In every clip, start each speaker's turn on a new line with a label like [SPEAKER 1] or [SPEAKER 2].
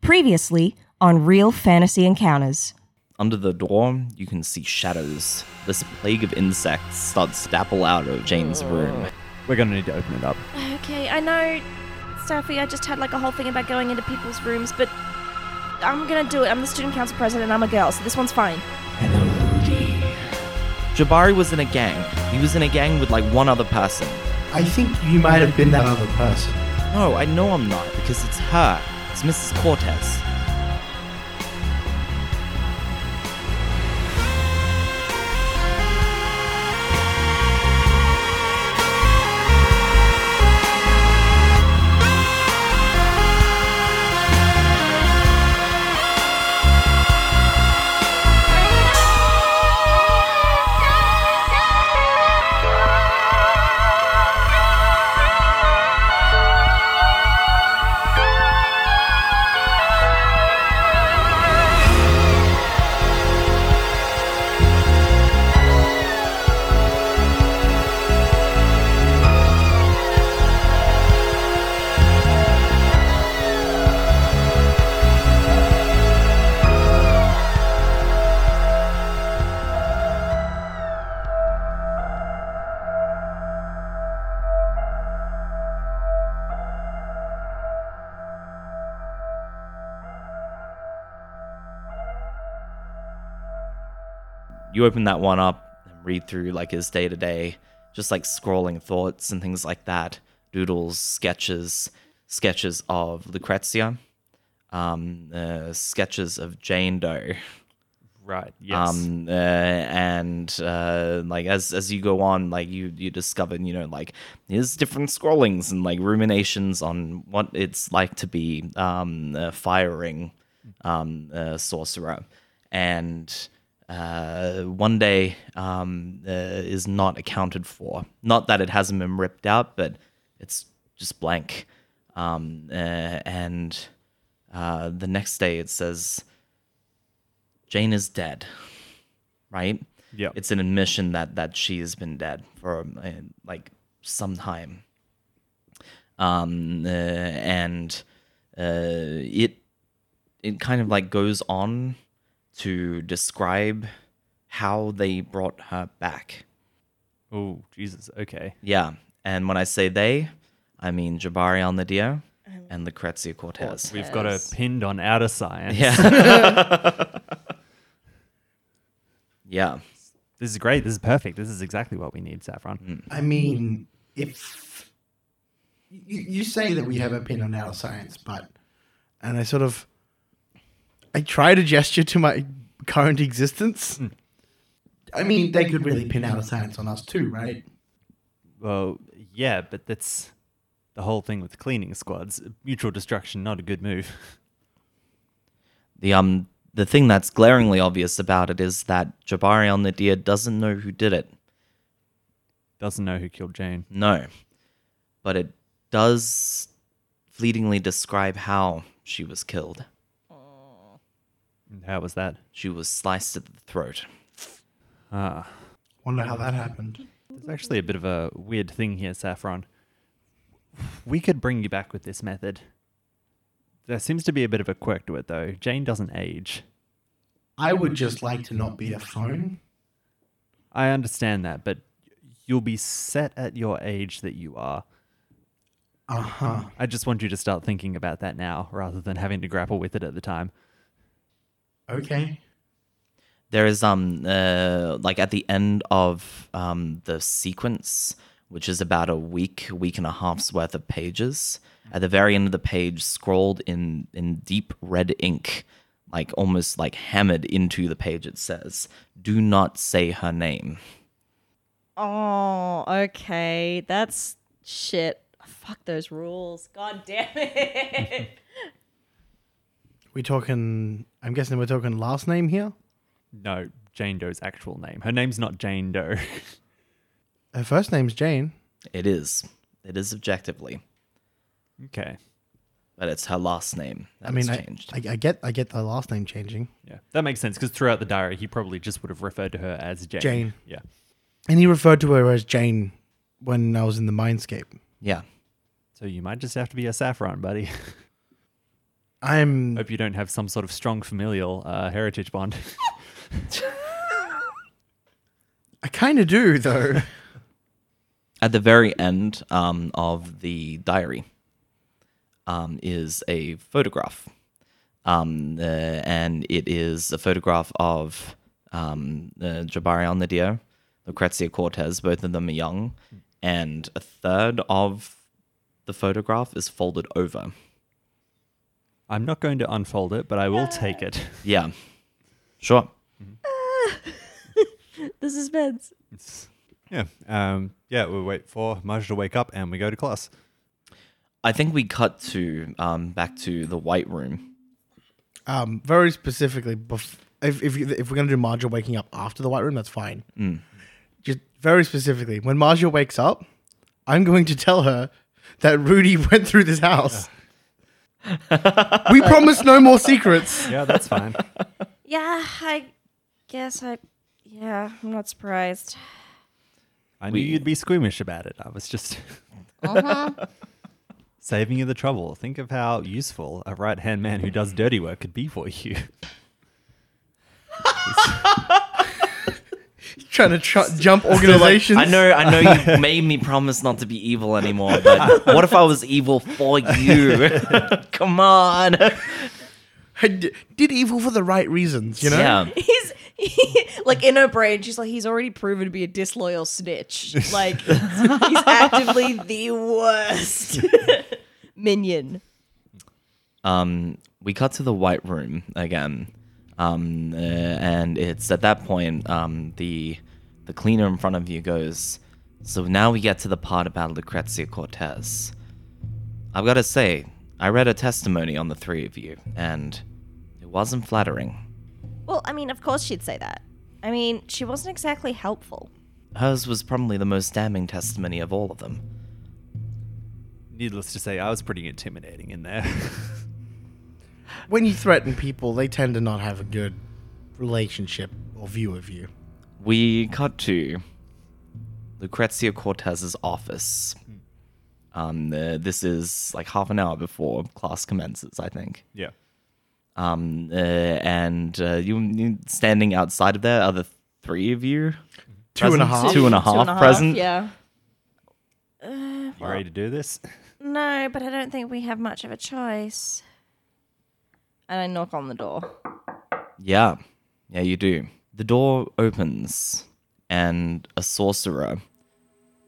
[SPEAKER 1] Previously on Real Fantasy Encounters.
[SPEAKER 2] Under the door, you can see shadows. This plague of insects starts to dapple out of Jane's room.
[SPEAKER 3] We're gonna need to open it up.
[SPEAKER 4] Okay, I know, Sophie, I just had like a whole thing about going into people's rooms, but I'm gonna do it. I'm the student council president and I'm a girl, so this one's fine.
[SPEAKER 2] Jabari was in a gang. He was in a gang with like one other person.
[SPEAKER 5] I think you might have been that other person.
[SPEAKER 2] No, I know I'm not because it's her. It's Mrs. Cortez. You open that one up and read through like his day to day, just like scrawling thoughts and things like that, doodles, sketches, sketches of Lucrezia, um, uh, sketches of Jane Doe.
[SPEAKER 3] Right. Yes.
[SPEAKER 2] um uh, and uh like as as you go on like you you discover you know like there's different scrollings and like ruminations on what it's like to be um a firing um a sorcerer and uh one day um uh, is not accounted for not that it hasn't been ripped out but it's just blank um uh, and uh the next day it says Jane is dead, right?
[SPEAKER 3] Yep.
[SPEAKER 2] It's an admission that that she has been dead for uh, like some time. Um, uh, and uh, it it kind of like goes on to describe how they brought her back.
[SPEAKER 3] oh Jesus. Okay.
[SPEAKER 2] Yeah, and when I say they, I mean Jabari Alnadia and Lucrezia Cortez.
[SPEAKER 3] We've got her pinned on outer science.
[SPEAKER 2] Yeah. yeah.
[SPEAKER 3] This is great. This is perfect. This is exactly what we need, Saffron.
[SPEAKER 5] I mean, if you, you say that we have a pin on our science, but and I sort of I try to gesture to my current existence.
[SPEAKER 2] Hmm.
[SPEAKER 5] I mean, they could really pin out a science on us too, right?
[SPEAKER 3] Well, yeah, but that's the whole thing with cleaning squads. Mutual destruction, not a good move.
[SPEAKER 2] The um the thing that's glaringly obvious about it is that Jabari on the deer doesn't know who did it.
[SPEAKER 3] Doesn't know who killed Jane.
[SPEAKER 2] No. But it does fleetingly describe how she was killed.
[SPEAKER 3] And How was that?
[SPEAKER 2] She was sliced at the throat.
[SPEAKER 3] Ah,
[SPEAKER 5] Wonder how that happened.
[SPEAKER 3] there's actually a bit of a weird thing here, Saffron. We could bring you back with this method. There seems to be a bit of a quirk to it, though. Jane doesn't age.
[SPEAKER 5] I would just like to not be a phone.
[SPEAKER 3] I understand that, but you'll be set at your age that you are.
[SPEAKER 5] Uh huh.
[SPEAKER 3] I just want you to start thinking about that now rather than having to grapple with it at the time.
[SPEAKER 5] Okay.
[SPEAKER 2] There is um uh, like at the end of um the sequence, which is about a week, week and a half's worth of pages. At the very end of the page, scrawled in in deep red ink, like almost like hammered into the page, it says, "Do not say her name."
[SPEAKER 6] Oh, okay. That's shit. Fuck those rules. God damn it.
[SPEAKER 5] We talking? I'm guessing we're talking last name here.
[SPEAKER 3] No, Jane Doe's actual name. Her name's not Jane Doe.
[SPEAKER 5] Her first name's Jane.
[SPEAKER 2] It is, it is objectively,
[SPEAKER 3] okay.
[SPEAKER 2] but it's her last name that
[SPEAKER 5] I mean,
[SPEAKER 2] has
[SPEAKER 5] I,
[SPEAKER 2] changed.
[SPEAKER 5] I, I get, I get the last name changing.
[SPEAKER 3] Yeah. That makes sense because throughout the diary, he probably just would have referred to her as Jane.
[SPEAKER 5] Jane.
[SPEAKER 3] Yeah.
[SPEAKER 5] And he referred to her as Jane when I was in the Mindscape.
[SPEAKER 2] yeah,
[SPEAKER 3] So you might just have to be a saffron, buddy.
[SPEAKER 5] I'm
[SPEAKER 7] Hope you don't have some sort of strong familial uh, heritage bond.
[SPEAKER 5] I kind of do though.
[SPEAKER 2] at the very end um, of the diary um, is a photograph. Um, uh, and it is a photograph of um, uh, Jabariel Nadir, Lucrezia Cortez, both of them are young. And a third of the photograph is folded over.
[SPEAKER 7] I'm not going to unfold it, but I will take it.
[SPEAKER 2] Yeah. Sure.
[SPEAKER 4] This is Ben's.
[SPEAKER 3] Yeah. Um, yeah, we wait for Marge to wake up and we go to class.
[SPEAKER 2] I think we cut to um, back to the white room.
[SPEAKER 5] um, very specifically, bef- if if, you, if we're gonna do Marja waking up after the White Room, that's fine. Just very specifically, when Marja wakes up, I'm going to tell her that Rudy went through this house. we promise no more secrets.
[SPEAKER 7] Yeah, that's fine.
[SPEAKER 6] Yeah, I guess I. Yeah, I'm not surprised.
[SPEAKER 7] I
[SPEAKER 2] We-
[SPEAKER 7] knew you'd be squeamish about it. I was just saving you the trouble. Think of how useful a right hand man who does dirty work could be for you.
[SPEAKER 5] Trying to tr- jump organizations.
[SPEAKER 2] I know, I know you made me promise not to be evil anymore, but what if I was evil for you? Come on.
[SPEAKER 5] I d- did evil for the right reasons, you know.
[SPEAKER 2] Yeah.
[SPEAKER 4] He's like in her brain, she's like, he's already proven to be a disloyal snitch. Like he's actively the worst minion.
[SPEAKER 2] Um, we cut to the white room again. Um, uh, and it's at that point, um, the the cleaner in front of you goes, So now we get to the part about Lucrezia Cortez. I've got to say, I read a testimony on the three of you, and it wasn't flattering.
[SPEAKER 6] Well, I mean, of course she'd say that. I mean, she wasn't exactly helpful.
[SPEAKER 2] Hers was probably the most damning testimony of all of them.
[SPEAKER 7] Needless to say, I was pretty intimidating in there.
[SPEAKER 5] When you threaten people, they tend to not have a good relationship or view of you.
[SPEAKER 2] We cut to Lucrezia Cortez's office. Um, uh, this is like half an hour before class commences, I think.
[SPEAKER 3] Yeah.
[SPEAKER 2] Um, uh, and uh, you, you standing outside of there are the three of you.
[SPEAKER 5] Two and a
[SPEAKER 2] present?
[SPEAKER 5] half.
[SPEAKER 2] Two and a half present.
[SPEAKER 4] Yeah.
[SPEAKER 7] You ready to do this?
[SPEAKER 6] No, but I don't think we have much of a choice.
[SPEAKER 4] And I knock on the door.
[SPEAKER 2] Yeah. Yeah, you do. The door opens, and a sorcerer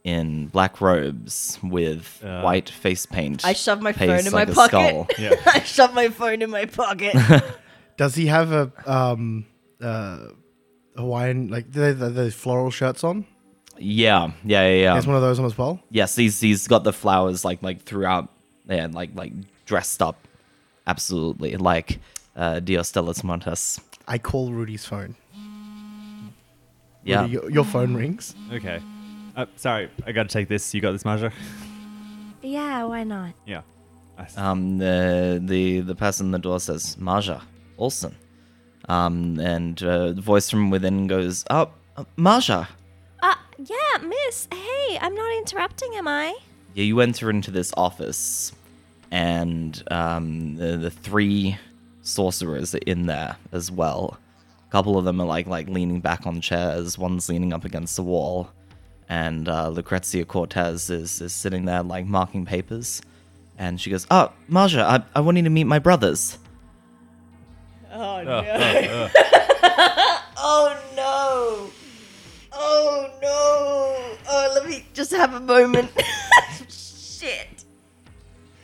[SPEAKER 2] in black robes with
[SPEAKER 5] Uh.
[SPEAKER 2] white face paint.
[SPEAKER 4] I shove my phone
[SPEAKER 2] pastes
[SPEAKER 4] in
[SPEAKER 2] like
[SPEAKER 4] my
[SPEAKER 2] a
[SPEAKER 4] pocket.
[SPEAKER 2] skull.
[SPEAKER 4] I shove my phone in my pocket.
[SPEAKER 5] Does he have a um uh Hawaiian like the the, the floral shirts
[SPEAKER 2] Um,
[SPEAKER 5] on?
[SPEAKER 2] Yeah, yeah, yeah, yeah.
[SPEAKER 5] There's one of those on as well.
[SPEAKER 2] yes, he's he's got the flowers like like throughout, yeah, and like like dressed up, absolutely like uh, Dios de los Muertos.
[SPEAKER 5] I call Rudy's phone.
[SPEAKER 2] Yeah,
[SPEAKER 5] Rudy, your, your phone rings.
[SPEAKER 7] Okay. Uh, sorry, I got to take this. You got this, Marja?
[SPEAKER 6] Yeah, why not?
[SPEAKER 7] Yeah. I s-
[SPEAKER 2] um, the the the person in the door says Marja Olsen, um, and uh, the voice from within goes, "Oh, uh, Marja."
[SPEAKER 6] Uh, yeah, miss. Hey, I'm not interrupting, am I?
[SPEAKER 2] Yeah, you enter into this office, and um, the, the three sorcerers are in there as well. A couple of them are like like leaning back on chairs. One's leaning up against the wall, and uh, Lucrezia Cortez is is sitting there like marking papers. And she goes, "Oh, Marja, I, I want you to meet my brothers."
[SPEAKER 4] Oh no. oh no. Oh no. Oh, let me just have a moment. Shit.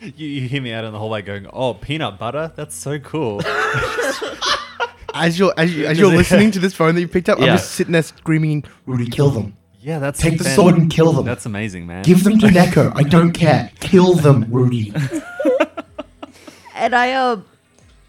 [SPEAKER 7] You, you hear me out in the hallway going, oh, peanut butter? That's so cool.
[SPEAKER 5] As you're as, you, as you're listening to this phone that you picked up,
[SPEAKER 2] Yeah.
[SPEAKER 5] I'm just sitting there screaming, "Rudy, kill them!
[SPEAKER 7] yeah, that's
[SPEAKER 5] Take the sword and kill them.
[SPEAKER 7] That's amazing, man.
[SPEAKER 5] Give them to Neko. I don't care. Kill them, Rudy."
[SPEAKER 4] And I um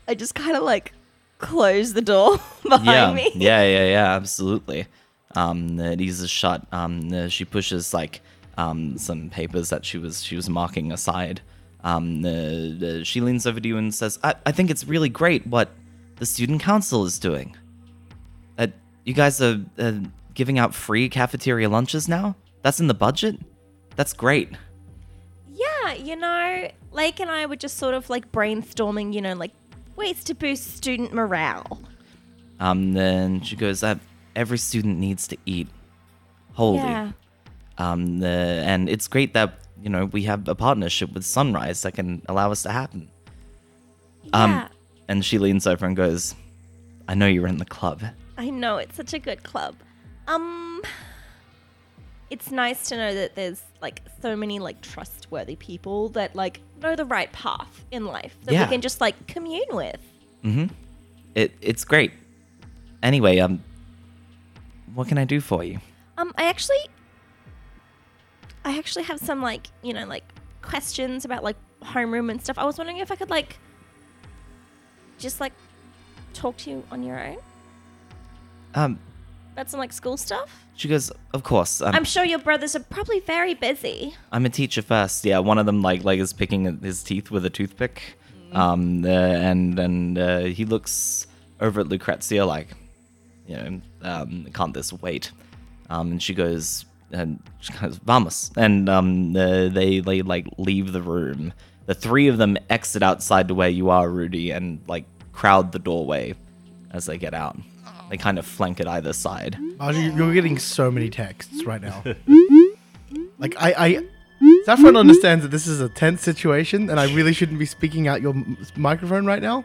[SPEAKER 4] I just kinda like close the door behind
[SPEAKER 2] yeah,
[SPEAKER 4] me.
[SPEAKER 2] yeah, yeah, yeah, absolutely. Um, uh, these are shut. Um, uh, she pushes like um some papers that she was she was marking aside. Um, uh, uh, she leans over to you and says, "I I think it's really great what the student council is doing. Uh, you guys are uh, giving out free cafeteria lunches now. That's in the budget. That's great."
[SPEAKER 6] Yeah, Yeah, "Ah, you know, Lake and I were just sort of like brainstorming, you know, like ways to boost student morale.
[SPEAKER 2] Um, then she goes, uh, every student needs to eat. Holy.
[SPEAKER 6] Yeah.
[SPEAKER 2] Um, uh, and it's great that, you know, we have a partnership with Sunrise that can allow us to happen. Um,
[SPEAKER 6] Yeah.
[SPEAKER 2] and she leans over and goes, I know you're in the club.
[SPEAKER 6] I know it's such a good club. Um it's nice to know that there's like so many like trustworthy people that like know the right path in life that
[SPEAKER 2] Yeah.
[SPEAKER 6] we can just like commune with.
[SPEAKER 2] Mm-hmm. It, it's great. Anyway, um, what can I do for you?
[SPEAKER 6] Um I actually I actually have some like, you know, like questions about like homeroom and stuff. I was wondering if I could like just like talk to you on your own
[SPEAKER 2] Um,
[SPEAKER 6] about some like school stuff.
[SPEAKER 2] she goes, of course. Um,
[SPEAKER 6] I'm sure your brothers are probably very busy.
[SPEAKER 2] I'm a teacher first. Yeah, one of them like like is picking at his teeth with a toothpick, um, uh, and and uh, he looks over at Lucrezia like, you know, um, can't this wait? Um, and she goes and she goes vamos, and um, uh, they they like leave the room. The three of them exit outside to where you are, Rudy, and like crowd the doorway as they get out. They kind of flank at either side.
[SPEAKER 5] Marge, you- you're getting so many texts right now. like I, I, Saffron understands that this is a tense situation, and I really shouldn't be speaking out your m- microphone right now.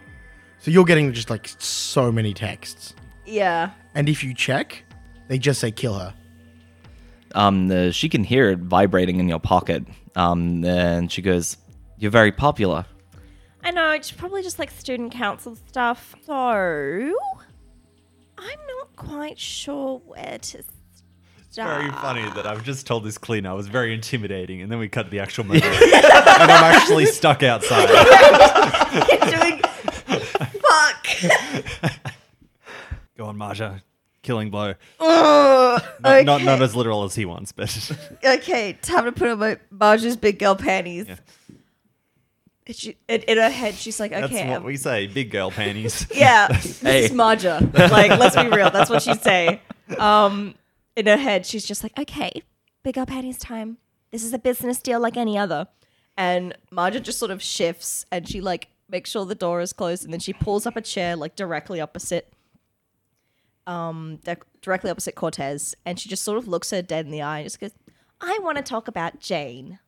[SPEAKER 5] So you're getting just like so many texts,
[SPEAKER 4] Yeah.
[SPEAKER 5] and if you check, they just say kill her.
[SPEAKER 2] um, the, she can hear it vibrating in your pocket. Um, and she goes, "You're very popular."
[SPEAKER 6] I know, it's probably just like student council stuff. So, I'm not quite sure where to start.
[SPEAKER 4] Ah.
[SPEAKER 3] Very funny that I've just told this cleaner I was very intimidating, and then we cut to the actual murder, and I'm actually stuck outside.
[SPEAKER 4] Doing. Fuck.
[SPEAKER 3] Go on, Marja, killing blow.
[SPEAKER 4] Ugh,
[SPEAKER 3] Not,
[SPEAKER 4] okay.
[SPEAKER 3] not not as literal as he wants, but
[SPEAKER 4] okay, time to put on my Marge's big girl panties.
[SPEAKER 3] Yeah.
[SPEAKER 4] And she, in, in her head, she's like,
[SPEAKER 3] that's
[SPEAKER 4] okay, um,
[SPEAKER 3] what
[SPEAKER 4] I'm-
[SPEAKER 3] we say. Big girl panties.
[SPEAKER 4] yeah, this
[SPEAKER 2] Hey.
[SPEAKER 4] is Marja. Like, let's be real, that's what she'd say. Um, in her head, she's just like, okay,
[SPEAKER 6] Big up Annie's time. This is a business deal like any other.
[SPEAKER 4] and Marja just sort of shifts and she like makes sure the door is closed and then she pulls up a chair like directly opposite um di- directly opposite Cortez and she just sort of looks her dead in the eye and just goes
[SPEAKER 6] I want to talk about Jane.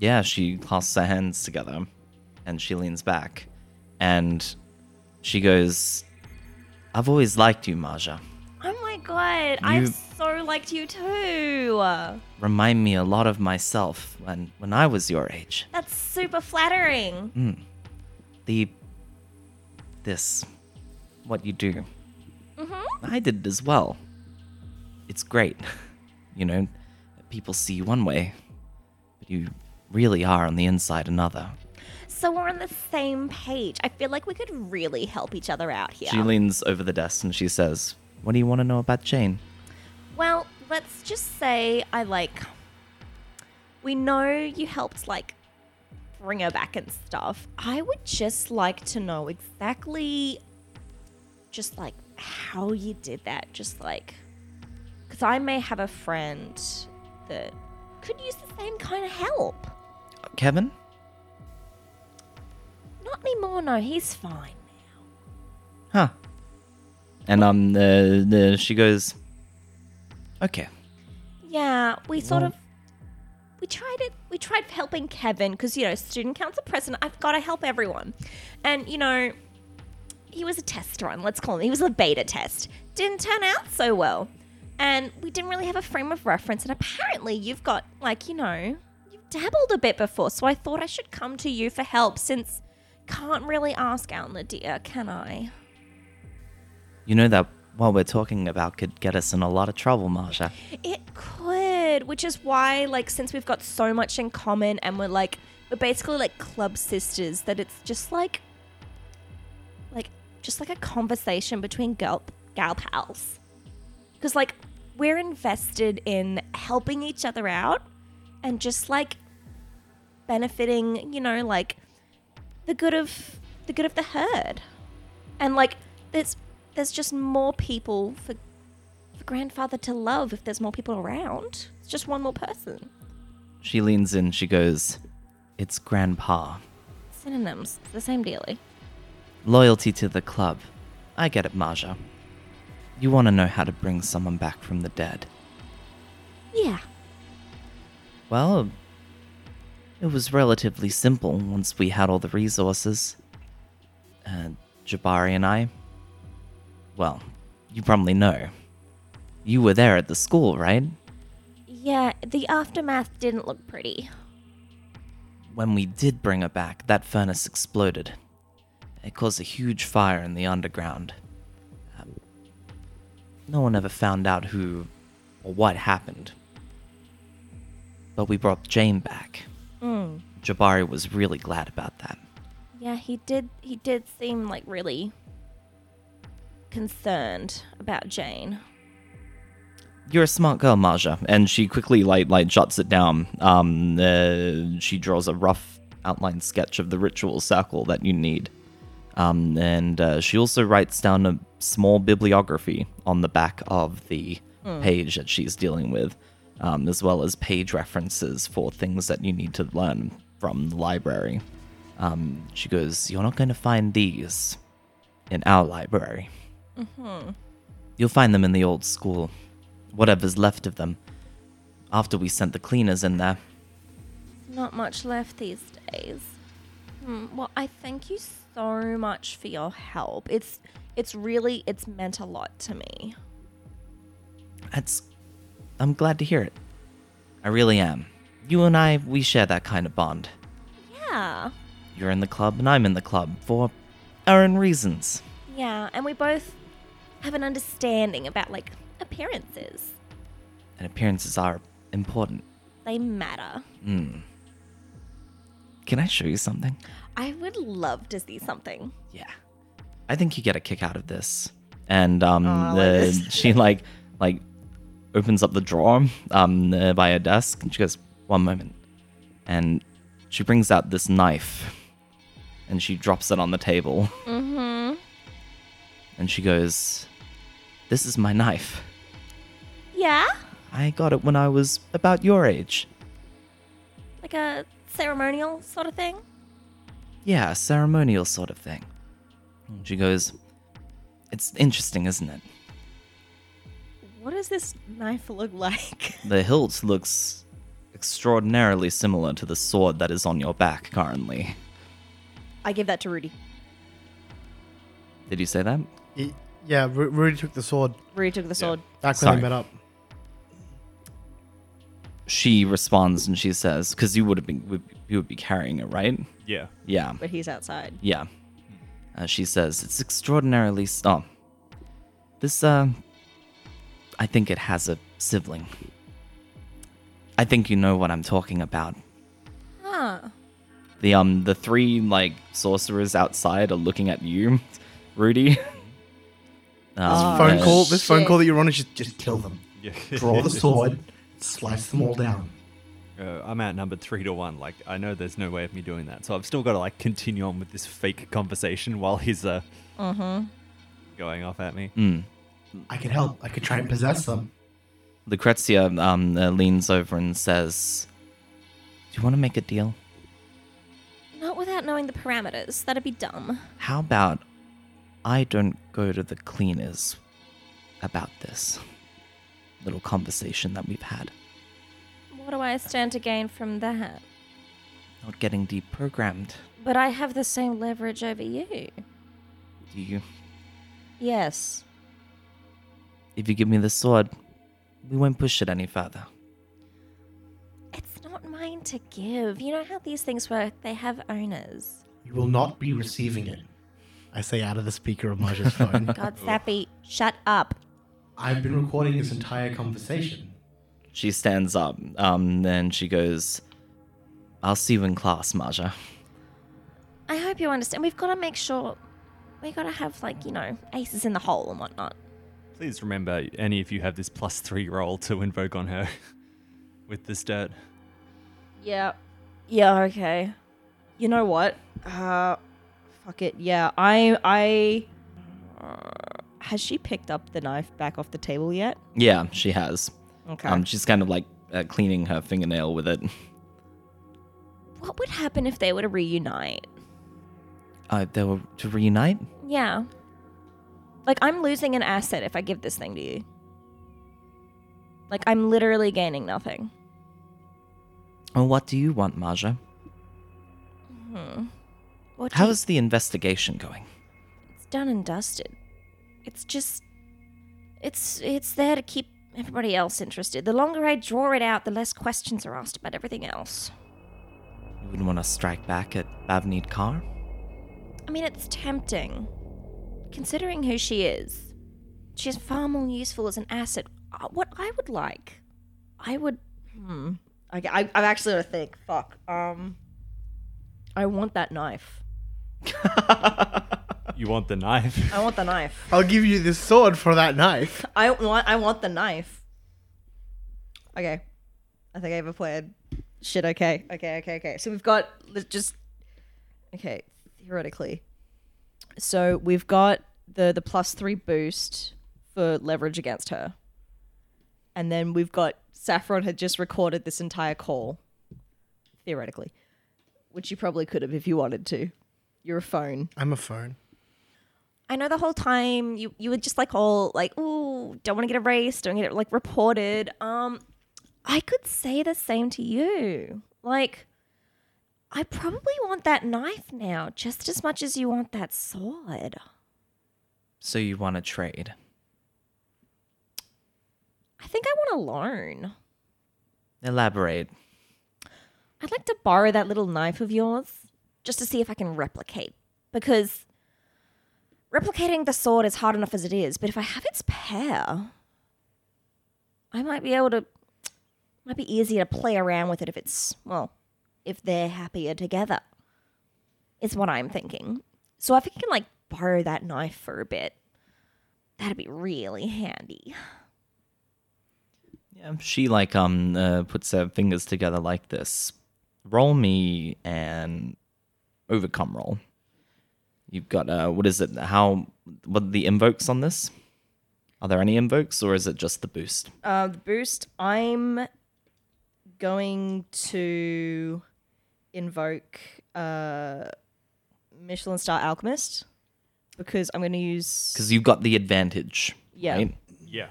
[SPEAKER 2] Yeah, she clasps her hands together, and she leans back, and she goes, "I've always liked you, Marja.
[SPEAKER 6] Oh my god,
[SPEAKER 2] You-
[SPEAKER 6] I've so liked you too.
[SPEAKER 2] Remind me a lot of myself when when I was your age.
[SPEAKER 6] That's super flattering.
[SPEAKER 2] The this, what you do. I did it as well. It's great, you know. People see you one way, but you really are on the inside another."
[SPEAKER 6] So we're on the same page. I feel like we could really help each other out here.
[SPEAKER 2] She leans over the desk and she says, What do you want to know about Jane?
[SPEAKER 6] Well, let's just say I like. We know you helped, like, bring her back and stuff. I would just like to know exactly, just like, how you did that. Just like. Because I may have a friend that could use the same kind of help.
[SPEAKER 2] Kevin?
[SPEAKER 6] Not anymore, no, he's fine.
[SPEAKER 2] Huh. And um, the, the, she goes, Okay.
[SPEAKER 6] Yeah, we sort of we tried it. We tried helping Kevin because you know student council president. I've got to help everyone, and you know he was a test run. Let's call him. He was a beta test. Didn't turn out so well, and we didn't really have a frame of reference. And apparently, you've got like you know you've dabbled a bit before, so I thought I should come to you for help since can't really ask out Nadia, can I?
[SPEAKER 2] You know that what we're talking about could get us in a lot of trouble, Marsha.
[SPEAKER 6] It could, which is why, like, since we've got so much in common and we're like, we're basically like club sisters, that it's just like, like, just like a conversation between girl, gal pals. Because, like, we're invested in helping each other out and just like benefiting, you know, like the good of the good of the herd. And like there's there's just more people for for grandfather to love if there's more people around. It's just one more person.
[SPEAKER 2] She leans in. She goes, It's grandpa.
[SPEAKER 6] Synonyms. It's the same dealie.
[SPEAKER 2] Loyalty to the club. I get it, Marja. You want to know how to bring someone back from the dead.
[SPEAKER 6] Yeah.
[SPEAKER 2] Well, it was relatively simple once we had all the resources. Uh, Jabari and I. Well, you probably know. You were there at the school, right?
[SPEAKER 6] Yeah, the aftermath didn't look pretty.
[SPEAKER 2] When we did bring her back, that furnace exploded. It caused a huge fire in the underground. Um, No one ever found out who or what happened. But we brought Jane back. Jabari was really glad about that.
[SPEAKER 6] Yeah, he did he did seem like really concerned about Jane.
[SPEAKER 2] You're a smart girl, Marja. And she quickly like like jots it down. Um, uh, she draws a rough outline sketch of the ritual circle that you need. Um, and uh, she also writes down a small bibliography on the back of the page that she's dealing with, um, as well as page references for things that you need to learn from the library. Um, she goes, "You're not going to find these in our library. You'll find them in the old school." whatever's left of them. After we sent the cleaners in there,
[SPEAKER 6] Not much left these days. Hmm, well, I thank you so much for your help. It's it's really it's meant a lot to me.
[SPEAKER 2] that's. I'm glad to hear it. I really am. You and I, we share that kind of bond.
[SPEAKER 6] Yeah.
[SPEAKER 2] You're in the club, and I'm in the club for our own reasons.
[SPEAKER 6] Yeah, and we both have an understanding about like appearances.
[SPEAKER 2] And appearances are important.
[SPEAKER 6] They matter.
[SPEAKER 2] Can I show you something?
[SPEAKER 6] I would love to see something.
[SPEAKER 2] Yeah. I think you get a kick out of this. And um, the- she like like opens up the drawer um uh, by her desk and she goes, "One moment," and she brings out this knife and she drops it on the table. Mm-hmm. And she goes, "This is my knife.
[SPEAKER 6] Yeah?
[SPEAKER 2] I got it when I was about your age.
[SPEAKER 6] Like a ceremonial sort of thing?
[SPEAKER 2] Yeah, a ceremonial sort of thing." And she goes, "It's interesting, isn't it?"
[SPEAKER 4] What does this knife look like?
[SPEAKER 2] The hilt looks extraordinarily similar to the sword that is on your back currently.
[SPEAKER 4] I give that to Rudy.
[SPEAKER 2] Did you say that?
[SPEAKER 5] Y- yeah, Ru- Rudy took the sword
[SPEAKER 4] Rudy took the sword.
[SPEAKER 5] back when
[SPEAKER 2] Sorry.
[SPEAKER 5] they met up.
[SPEAKER 2] She responds and she says, "Because you would have been, would- you would be carrying it, right?
[SPEAKER 3] Yeah.
[SPEAKER 2] Yeah,
[SPEAKER 4] But he's outside.
[SPEAKER 2] yeah." Uh, she says, "It's extraordinarily s- oh, this uh, I think it has a sibling. I think you know what I'm talking about."
[SPEAKER 6] Huh.
[SPEAKER 2] The um, the three like sorcerers outside are looking at you, Rudy. Um,
[SPEAKER 5] phone
[SPEAKER 2] uh,
[SPEAKER 5] call. This phone
[SPEAKER 4] Oh, shit.
[SPEAKER 5] call that you're on is just, just kill them.
[SPEAKER 3] Yeah.
[SPEAKER 5] Draw the sword, slice them all down.
[SPEAKER 3] Uh, I'm outnumbered three to one. Like I know there's no way of me doing that, so I've still got to like continue on with this fake conversation while he's uh
[SPEAKER 4] Mm-hmm.
[SPEAKER 3] going off at me.
[SPEAKER 5] I could help. I could try and possess them.
[SPEAKER 2] Lucrezia um, uh, leans over and says, Do you want to make a deal?
[SPEAKER 6] Not without knowing the parameters. That'd be dumb.
[SPEAKER 2] How about I don't go to the cleaners about this little conversation that we've had?
[SPEAKER 6] What do I stand to gain from that?
[SPEAKER 2] Not getting deprogrammed,
[SPEAKER 6] But I have the same leverage over you.
[SPEAKER 2] do you?
[SPEAKER 4] Yes.
[SPEAKER 2] If you give me the sword, we won't push it any further.
[SPEAKER 6] It's not mine to give. You know how these things work, they have owners.
[SPEAKER 5] You will not be receiving it. I say out of the speaker of Marja's phone.
[SPEAKER 6] God, Sappy, shut up.
[SPEAKER 5] I've been recording this entire conversation.
[SPEAKER 2] She stands up, um, then she goes, I'll see you in class, Marja.
[SPEAKER 6] I hope you understand. We've got to make sure. We gotta have like you know aces in the hole and whatnot.
[SPEAKER 3] Please remember, any of you have this plus three roll to invoke on her with this dirt.
[SPEAKER 4] Yeah. Yeah, okay. You know what? Uh fuck it. Yeah. I I uh, has she picked up the knife back off the table yet?
[SPEAKER 2] Yeah, she has.
[SPEAKER 4] Okay.
[SPEAKER 2] Um, she's kind of like uh, cleaning her fingernail with it.
[SPEAKER 6] What would happen if they were to reunite?
[SPEAKER 2] Uh, they were to reunite.
[SPEAKER 6] Yeah. Like I'm losing an asset if I give this thing to you. Like I'm literally gaining nothing.
[SPEAKER 2] Well, what do you want, Marja?
[SPEAKER 6] What do
[SPEAKER 2] How
[SPEAKER 6] you-
[SPEAKER 2] is the investigation going?
[SPEAKER 6] it's done and dusted. It's just it's it's there to keep everybody else interested. The longer I draw it out, the less questions are asked about everything else.
[SPEAKER 2] You wouldn't want to strike back at Bavneed Carr?
[SPEAKER 6] I mean, it's tempting. Considering who she is, she's far more useful as an asset. Uh, What I would like, I would. Hmm.
[SPEAKER 4] I, I, I'm actually gonna think. Fuck. Um, I want that knife.
[SPEAKER 3] You want the knife?
[SPEAKER 4] I want the knife.
[SPEAKER 5] I'll give you this sword for that knife.
[SPEAKER 4] I want. I want the knife. Okay. I think I have a plan. Shit. Okay. Okay. Okay. Okay. So we've got. Let's just. Okay. Theoretically. So we've got the the plus three boost for leverage against her, and then we've got Saffron had just recorded this entire call. Theoretically, which you probably could have if you wanted to. You're a phone.
[SPEAKER 5] I'm a phone.
[SPEAKER 6] I know the whole time you you were just like all like, ooh, don't want to get erased, don't get it like reported. Um, I could say the same to you. Like, I probably want that knife now just as much as you want that sword.
[SPEAKER 2] So you want to trade?
[SPEAKER 6] I think I want a loan.
[SPEAKER 2] Elaborate.
[SPEAKER 6] I'd like to borrow that little knife of yours just to see if I can replicate. Because replicating the sword is hard enough as it is, but if I have its pair, I might be able to. Might be easier to play around with it if it's, well, if they're happier together, is what I'm thinking. So if I can, like, borrow that knife for a bit, that'd be really handy.
[SPEAKER 2] Yeah, she like um uh, puts her fingers together like this. Roll me and overcome roll. You've got uh what is it? How what are the invokes on this? Are there any invokes or is it just the boost?
[SPEAKER 4] Uh, the boost, I'm going to invoke uh, Michelin Star Alchemist because I'm going to use.
[SPEAKER 2] Because you've got the advantage.
[SPEAKER 4] Yeah.
[SPEAKER 2] Right?
[SPEAKER 3] Yeah.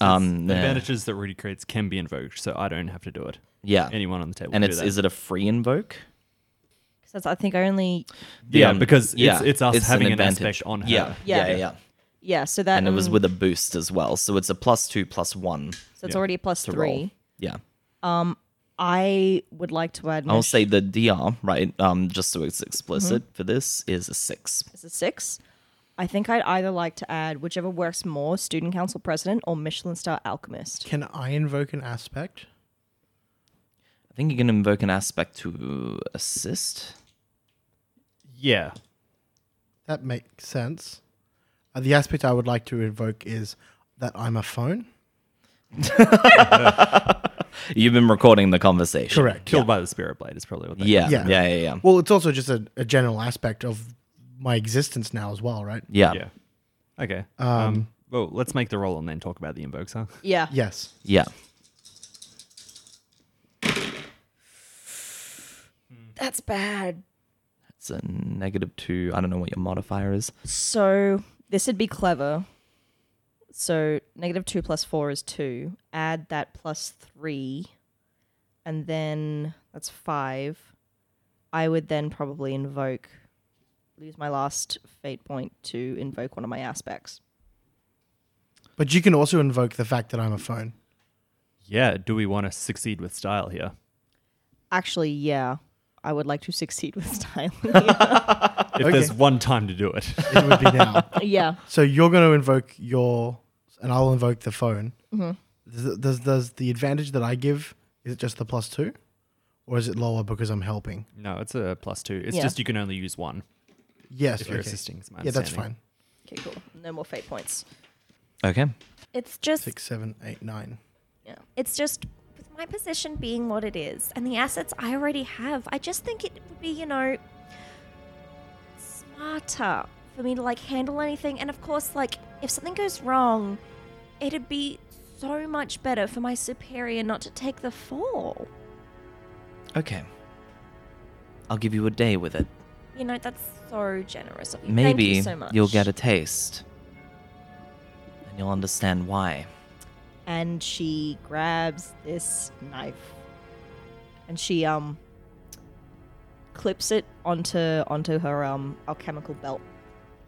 [SPEAKER 2] Um.
[SPEAKER 3] The
[SPEAKER 2] yeah.
[SPEAKER 3] advantages that Rudy creates can be invoked, so I don't have to do it.
[SPEAKER 2] Yeah.
[SPEAKER 3] Anyone on the table.
[SPEAKER 2] and
[SPEAKER 3] can
[SPEAKER 2] it's
[SPEAKER 3] do that.
[SPEAKER 2] is it a free invoke?
[SPEAKER 4] Because I think I only.
[SPEAKER 3] yeah,
[SPEAKER 2] um,
[SPEAKER 3] because
[SPEAKER 2] yeah,
[SPEAKER 3] it's, it's us
[SPEAKER 2] it's an
[SPEAKER 3] having an,
[SPEAKER 2] advantage.
[SPEAKER 3] aspect on her.
[SPEAKER 2] Yeah.
[SPEAKER 4] Yeah.
[SPEAKER 2] Yeah. Yeah. yeah.
[SPEAKER 4] Yeah, so that.
[SPEAKER 2] And it
[SPEAKER 6] Mm.
[SPEAKER 2] was
[SPEAKER 4] um,
[SPEAKER 2] with a boost as well, so it's a plus two plus one
[SPEAKER 4] So it's already a plus
[SPEAKER 2] to
[SPEAKER 4] three.
[SPEAKER 2] roll. Yeah.
[SPEAKER 4] I would like to add.
[SPEAKER 2] I'll
[SPEAKER 4] Mich-
[SPEAKER 2] say the DR, right? Um, just so it's explicit
[SPEAKER 6] Mm-hmm.
[SPEAKER 2] for this is a six.
[SPEAKER 4] It's a six. I think I'd either like to add whichever works more, Student Council President or Michelin Star Alchemist.
[SPEAKER 5] Can I invoke an aspect?
[SPEAKER 2] I think you can invoke an aspect to assist.
[SPEAKER 3] Yeah.
[SPEAKER 5] That makes sense. Uh, the aspect I would like to invoke is that I'm a phone.
[SPEAKER 2] You've been recording the conversation.
[SPEAKER 5] Correct.
[SPEAKER 3] Killed by the Spirit Blade is probably what that
[SPEAKER 2] Yeah. Yeah.
[SPEAKER 5] Yeah.
[SPEAKER 2] Yeah. Yeah. Yeah.
[SPEAKER 5] Well, it's also just a, a general aspect of my existence now as well, right?
[SPEAKER 2] Yeah.
[SPEAKER 3] Yeah. Okay. Um, well, let's make the roll and then talk about the invokes, huh?
[SPEAKER 4] Yeah.
[SPEAKER 5] Yes.
[SPEAKER 2] Yeah.
[SPEAKER 4] That's bad.
[SPEAKER 2] It's a negative two. I don't know what your modifier is.
[SPEAKER 4] So this would be clever. So negative two plus four is two. Add that plus three, and then that's five. I would then probably invoke, lose my last fate point to invoke one of my aspects.
[SPEAKER 5] But you can also invoke the fact that I'm a phone.
[SPEAKER 3] Yeah. Do we want to succeed with style here?
[SPEAKER 4] Actually, yeah, I would like to succeed with style.
[SPEAKER 3] If there's one time to do it.
[SPEAKER 5] It would be now.
[SPEAKER 4] yeah,
[SPEAKER 5] so you're going to invoke your, and I'll invoke the phone.
[SPEAKER 4] Mm-hmm.
[SPEAKER 5] Does, does, does the advantage that I give, is it just the plus two? Or is it lower because I'm helping?
[SPEAKER 3] no, it's a plus two. It's
[SPEAKER 4] Yeah.
[SPEAKER 3] just you can only use one.
[SPEAKER 5] Yes.
[SPEAKER 3] If you're
[SPEAKER 5] okay.
[SPEAKER 3] assisting, is my
[SPEAKER 5] Yeah, that's fine.
[SPEAKER 3] understanding.
[SPEAKER 4] okay, cool. No more fate points.
[SPEAKER 2] Okay.
[SPEAKER 6] It's just
[SPEAKER 5] Six, seven, eight, nine.
[SPEAKER 6] It's just with my position being what it is and the assets I already have, I just think it would be, you know, smarter for me to like handle anything. And of course, like if something goes wrong, it'd be so much better for my superior not to take the fall.
[SPEAKER 2] Okay. I'll give you a day with it.
[SPEAKER 6] You know, that's so generous of you. Thank
[SPEAKER 2] Maybe
[SPEAKER 6] you so much.
[SPEAKER 2] will get a taste. And you'll understand why.
[SPEAKER 4] and she grabs this knife and she um clips it onto onto her um alchemical belt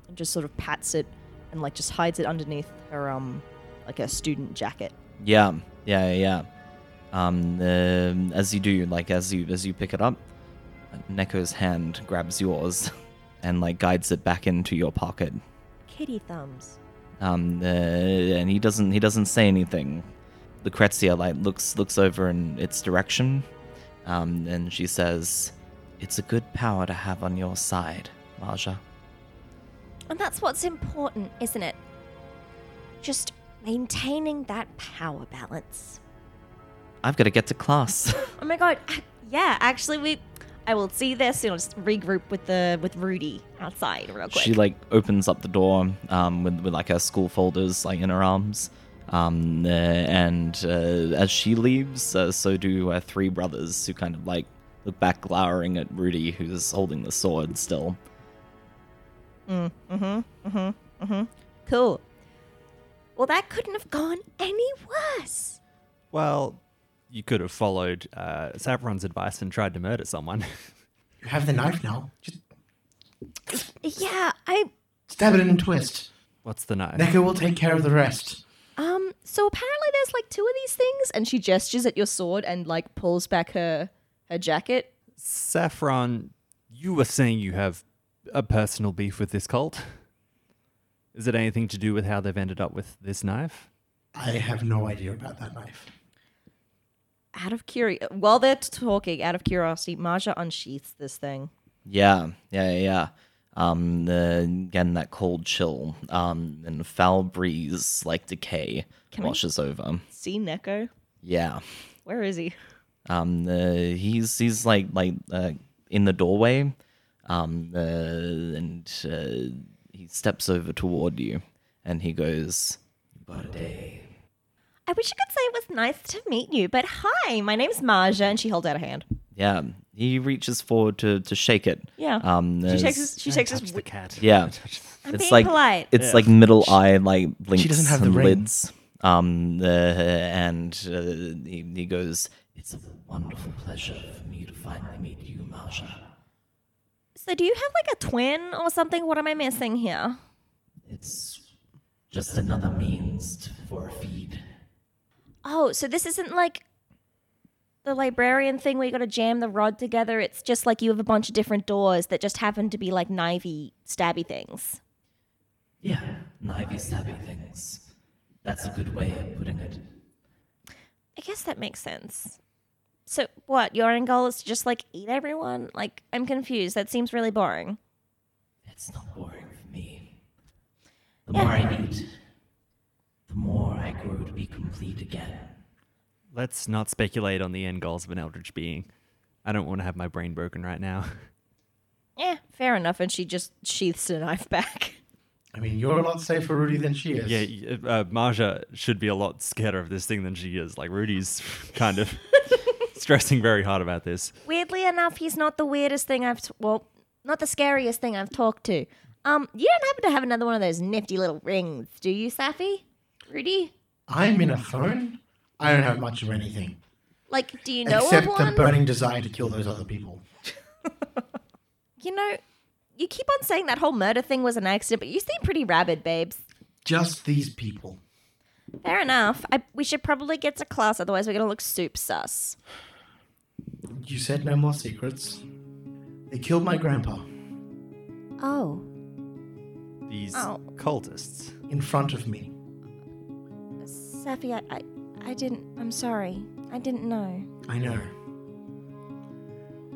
[SPEAKER 4] and just sort of pats it and like just hides it underneath her um like a student jacket
[SPEAKER 2] Yeah, yeah, yeah. Um, um, as you do, like as you as you pick it up, Neko's hand grabs yours, and like guides it back into your pocket.
[SPEAKER 6] kitty thumbs.
[SPEAKER 2] Um, uh, and he doesn't he doesn't say anything. Lucrezia like looks looks over in its direction, um, and she says, "It's a good power to have on your side, Marja."
[SPEAKER 6] And that's what's important, isn't it? Just maintaining that power balance.
[SPEAKER 2] I've got to get to class.
[SPEAKER 6] Oh my god. ac-
[SPEAKER 4] yeah actually we i will see this and i'll just regroup with the with rudy outside real quick
[SPEAKER 2] She like opens up the door um, with, with like her school folders like in her arms, um, uh, and uh, as she leaves, uh, so do her three brothers who kind of like look back, glowering at Rudy, who's holding the sword still.
[SPEAKER 4] cool
[SPEAKER 6] Well, that couldn't have gone any worse.
[SPEAKER 3] Well, you could have followed uh, Saffron's advice and tried to murder someone.
[SPEAKER 5] You have the knife now. Just
[SPEAKER 6] Yeah, I
[SPEAKER 5] stab it in and twist.
[SPEAKER 3] What's the knife?
[SPEAKER 5] Neko will take care of the rest.
[SPEAKER 4] Um, so apparently there's like two of these things, and she gestures at your sword and like pulls back her her jacket.
[SPEAKER 3] Saffron, you were saying you have a personal beef with this cult. Is it anything to do with how they've ended up with this knife?
[SPEAKER 5] I have no idea about that knife.
[SPEAKER 4] Out of curiosity, while they're talking, out of curiosity, Marja unsheaths this thing.
[SPEAKER 2] Yeah, yeah, yeah. Um, the, again, that cold chill um, and foul breeze like decay washes over.
[SPEAKER 4] See Neko?
[SPEAKER 2] Yeah.
[SPEAKER 4] Where is he?
[SPEAKER 2] Um, uh, he's he's like like uh, in the doorway, um, uh, and uh, he steps over toward you, and he goes, "Good day."
[SPEAKER 6] I wish I could say it was nice to meet you, but hi, my name's Marja, and
[SPEAKER 4] And she holds out a hand.
[SPEAKER 2] Yeah, he reaches forward to to shake it.
[SPEAKER 4] Yeah.
[SPEAKER 2] Um,
[SPEAKER 4] She
[SPEAKER 2] as-
[SPEAKER 4] takes his, she takes his wi-
[SPEAKER 3] cat.
[SPEAKER 2] Yeah.
[SPEAKER 6] I'm
[SPEAKER 2] it's
[SPEAKER 6] being
[SPEAKER 2] like
[SPEAKER 6] polite.
[SPEAKER 2] it's like middle eye like blinks
[SPEAKER 5] doesn't have the
[SPEAKER 2] and
[SPEAKER 5] ring.
[SPEAKER 2] lids. Um, uh, and uh, he, he goes, "It's a wonderful pleasure for me to finally meet you, Marsha.
[SPEAKER 6] so do you have like a twin or something? What am I missing here?
[SPEAKER 2] It's just another means to, for a feed."
[SPEAKER 6] Oh, so this isn't like the librarian thing where you gotta jam the rod together. It's just like you have a bunch of different doors that just happen to be like knivey, stabby things.
[SPEAKER 2] Yeah, knivey stabby things. That's a good way of putting it.
[SPEAKER 6] I guess that makes sense. So what, your end goal is to just like eat everyone? Like, I'm confused. That seems really boring.
[SPEAKER 2] It's not boring for me. The more I eat, the more I grow to be complete again.
[SPEAKER 3] Let's not speculate on the end goals of an eldritch being. I don't want to have my brain broken right now.
[SPEAKER 6] Eh,
[SPEAKER 4] Yeah, fair enough. And she just sheaths the knife back.
[SPEAKER 5] I mean, you're a lot safer, Rudy, than she is.
[SPEAKER 3] Yeah, y- uh, Marja should be a lot scared of this thing than she is. Like Rudy's kind of stressing very hard about this.
[SPEAKER 6] Weirdly enough, he's not the weirdest thing I've t- well, not the scariest thing I've talked to. Um, you don't happen to have another one of those nifty little rings, do you, Safi? Rudy?
[SPEAKER 5] I'm in a phone. I don't have much of anything
[SPEAKER 6] Like, do you know
[SPEAKER 5] except
[SPEAKER 6] of
[SPEAKER 5] the
[SPEAKER 6] one?
[SPEAKER 5] burning desire to kill those other people.
[SPEAKER 6] you know, you keep on saying that whole murder thing was an accident, but you seem pretty rabid, babes.
[SPEAKER 5] Just these people.
[SPEAKER 6] Fair enough. I, we should probably get to class, otherwise we're gonna look soup sus.
[SPEAKER 5] You said no more secrets. They killed my grandpa
[SPEAKER 6] Oh,
[SPEAKER 3] These
[SPEAKER 6] Oh.
[SPEAKER 3] cultists.
[SPEAKER 5] in front of me.
[SPEAKER 6] Safi, I, I, I didn't. I'm sorry. I didn't know.
[SPEAKER 5] I know.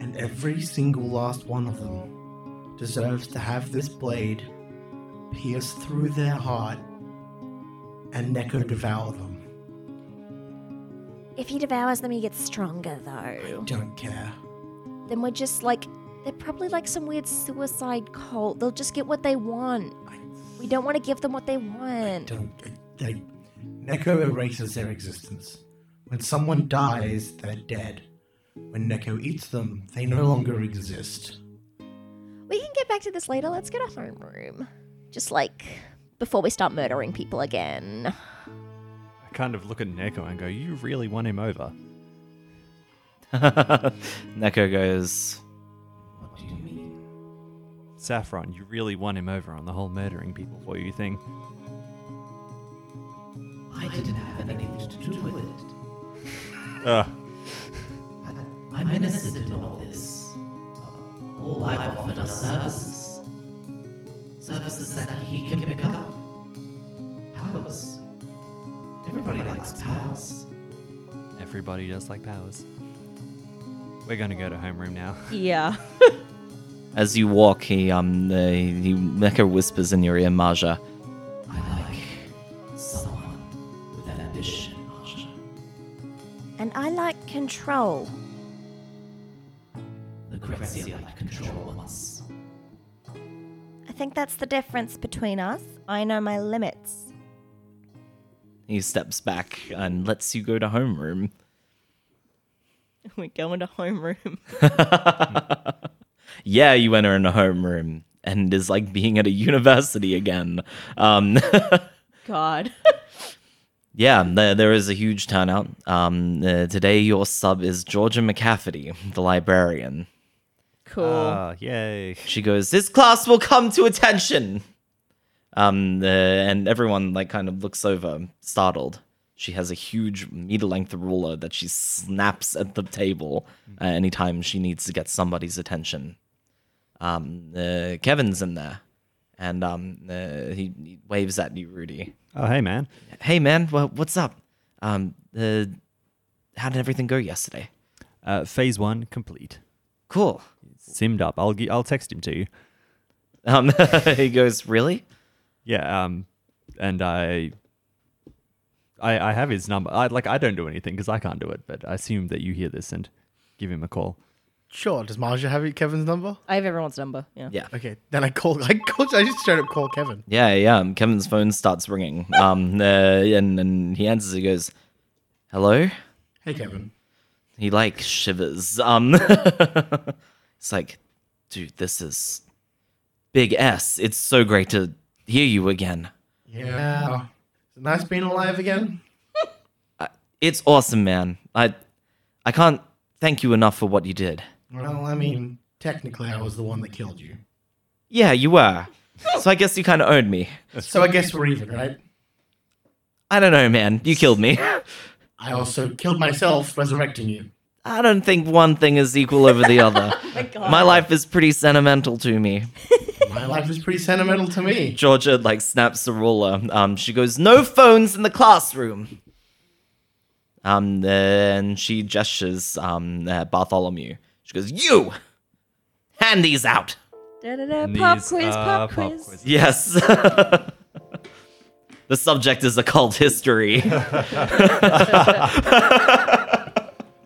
[SPEAKER 5] And every single last one of them deserves to have this blade pierce through their heart and Neko devour them.
[SPEAKER 6] If he devours them, he gets stronger, though.
[SPEAKER 5] Don't care.
[SPEAKER 6] Then we're just like, they're probably like some weird suicide cult. They'll just get what they want. We don't want to give them what they want.
[SPEAKER 5] Don't. They, Neko erases their existence. When someone dies, they're dead. When Neko eats them, they no longer exist.
[SPEAKER 6] We can get back to this later. Let's get a homeroom. Just like before we start murdering people again.
[SPEAKER 3] I kind of look at Neko and go, "You really won him over."
[SPEAKER 2] Neko goes, What do you mean?
[SPEAKER 3] Saffron, you really won him over on the whole murdering people for you thing.
[SPEAKER 8] I didn't have anything to do with it.
[SPEAKER 3] Ugh.
[SPEAKER 8] I, I'm innocent in all this. All I've offered are services. Services that he can pick up. Powers. Everybody likes powers.
[SPEAKER 3] Everybody does like powers. We're gonna go to homeroom now.
[SPEAKER 4] Yeah.
[SPEAKER 2] As you walk, he, um, uh, he, Neko whispers in your ear, Maja,
[SPEAKER 8] I like someone with ambition, Marsha.
[SPEAKER 6] And I like control.
[SPEAKER 8] The Grezia like control us.
[SPEAKER 6] I think that's the difference between us. I know my limits.
[SPEAKER 2] He steps back and lets you go to homeroom.
[SPEAKER 4] We're going to homeroom.
[SPEAKER 2] Yeah, you enter in a homeroom and it is like being at a university again. Um,
[SPEAKER 4] God.
[SPEAKER 2] yeah, there, there is a huge turnout. Um, uh, today, your sub is Georgia McCafferty, the librarian.
[SPEAKER 4] Cool.
[SPEAKER 5] Uh,
[SPEAKER 3] Ah, yay.
[SPEAKER 2] She goes, "This class will come to attention." Um, uh, and everyone like kind of looks over, startled. She has a huge meter-length ruler that she snaps at the table uh, anytime she needs to get somebody's attention. Um, uh, Kevin's in there, and um, uh, he, he waves at you, Rudy.
[SPEAKER 3] Oh, hey, man.
[SPEAKER 2] Hey, man, well, what's up? Um, uh, how did everything go yesterday?
[SPEAKER 3] Uh, phase one complete.
[SPEAKER 2] Cool.
[SPEAKER 3] Simmed up. I'll gi- I'll text him to you.
[SPEAKER 2] Um, he goes, really?
[SPEAKER 3] Yeah. Um, and I, I, I have his number. I like I don't do anything because I can't do it. But I assume that you hear this and give him a call.
[SPEAKER 5] Sure. Does Marja have it- Kevin's number?
[SPEAKER 4] I have everyone's number. Yeah.
[SPEAKER 2] Yeah.
[SPEAKER 5] Okay. Then I call. I call. I just straight up call Kevin.
[SPEAKER 2] Yeah, yeah. um, Kevin's phone starts ringing. Um, uh, and and he answers. He goes, "Hello."
[SPEAKER 5] Hey, Kevin.
[SPEAKER 2] He like shivers. Um, it's like, dude, this is big S. It's so great to hear you again.
[SPEAKER 5] Yeah. Is it nice being alive again?
[SPEAKER 2] It's awesome, man. I, I can't thank you enough for what you did.
[SPEAKER 5] Well, I mean, technically, I was the one that killed you.
[SPEAKER 2] Yeah, you were. So I guess you kind of owned me.
[SPEAKER 5] So I guess we're even, right?
[SPEAKER 2] I don't know, man. You killed me.
[SPEAKER 5] I also killed myself, resurrecting you.
[SPEAKER 2] I don't think one thing is equal over the other. My life is pretty sentimental to me.
[SPEAKER 5] My life is pretty sentimental to me.
[SPEAKER 2] Georgia like snaps the ruler. Um, she goes, "No phones in the classroom." Um, then she gestures um at Bartholomew. She goes, "You hand these out."
[SPEAKER 6] Da-da-da,
[SPEAKER 3] And
[SPEAKER 6] Uh, pop
[SPEAKER 3] these
[SPEAKER 6] quiz,
[SPEAKER 3] are
[SPEAKER 6] pop quiz.
[SPEAKER 2] Yes. the subject is occult history.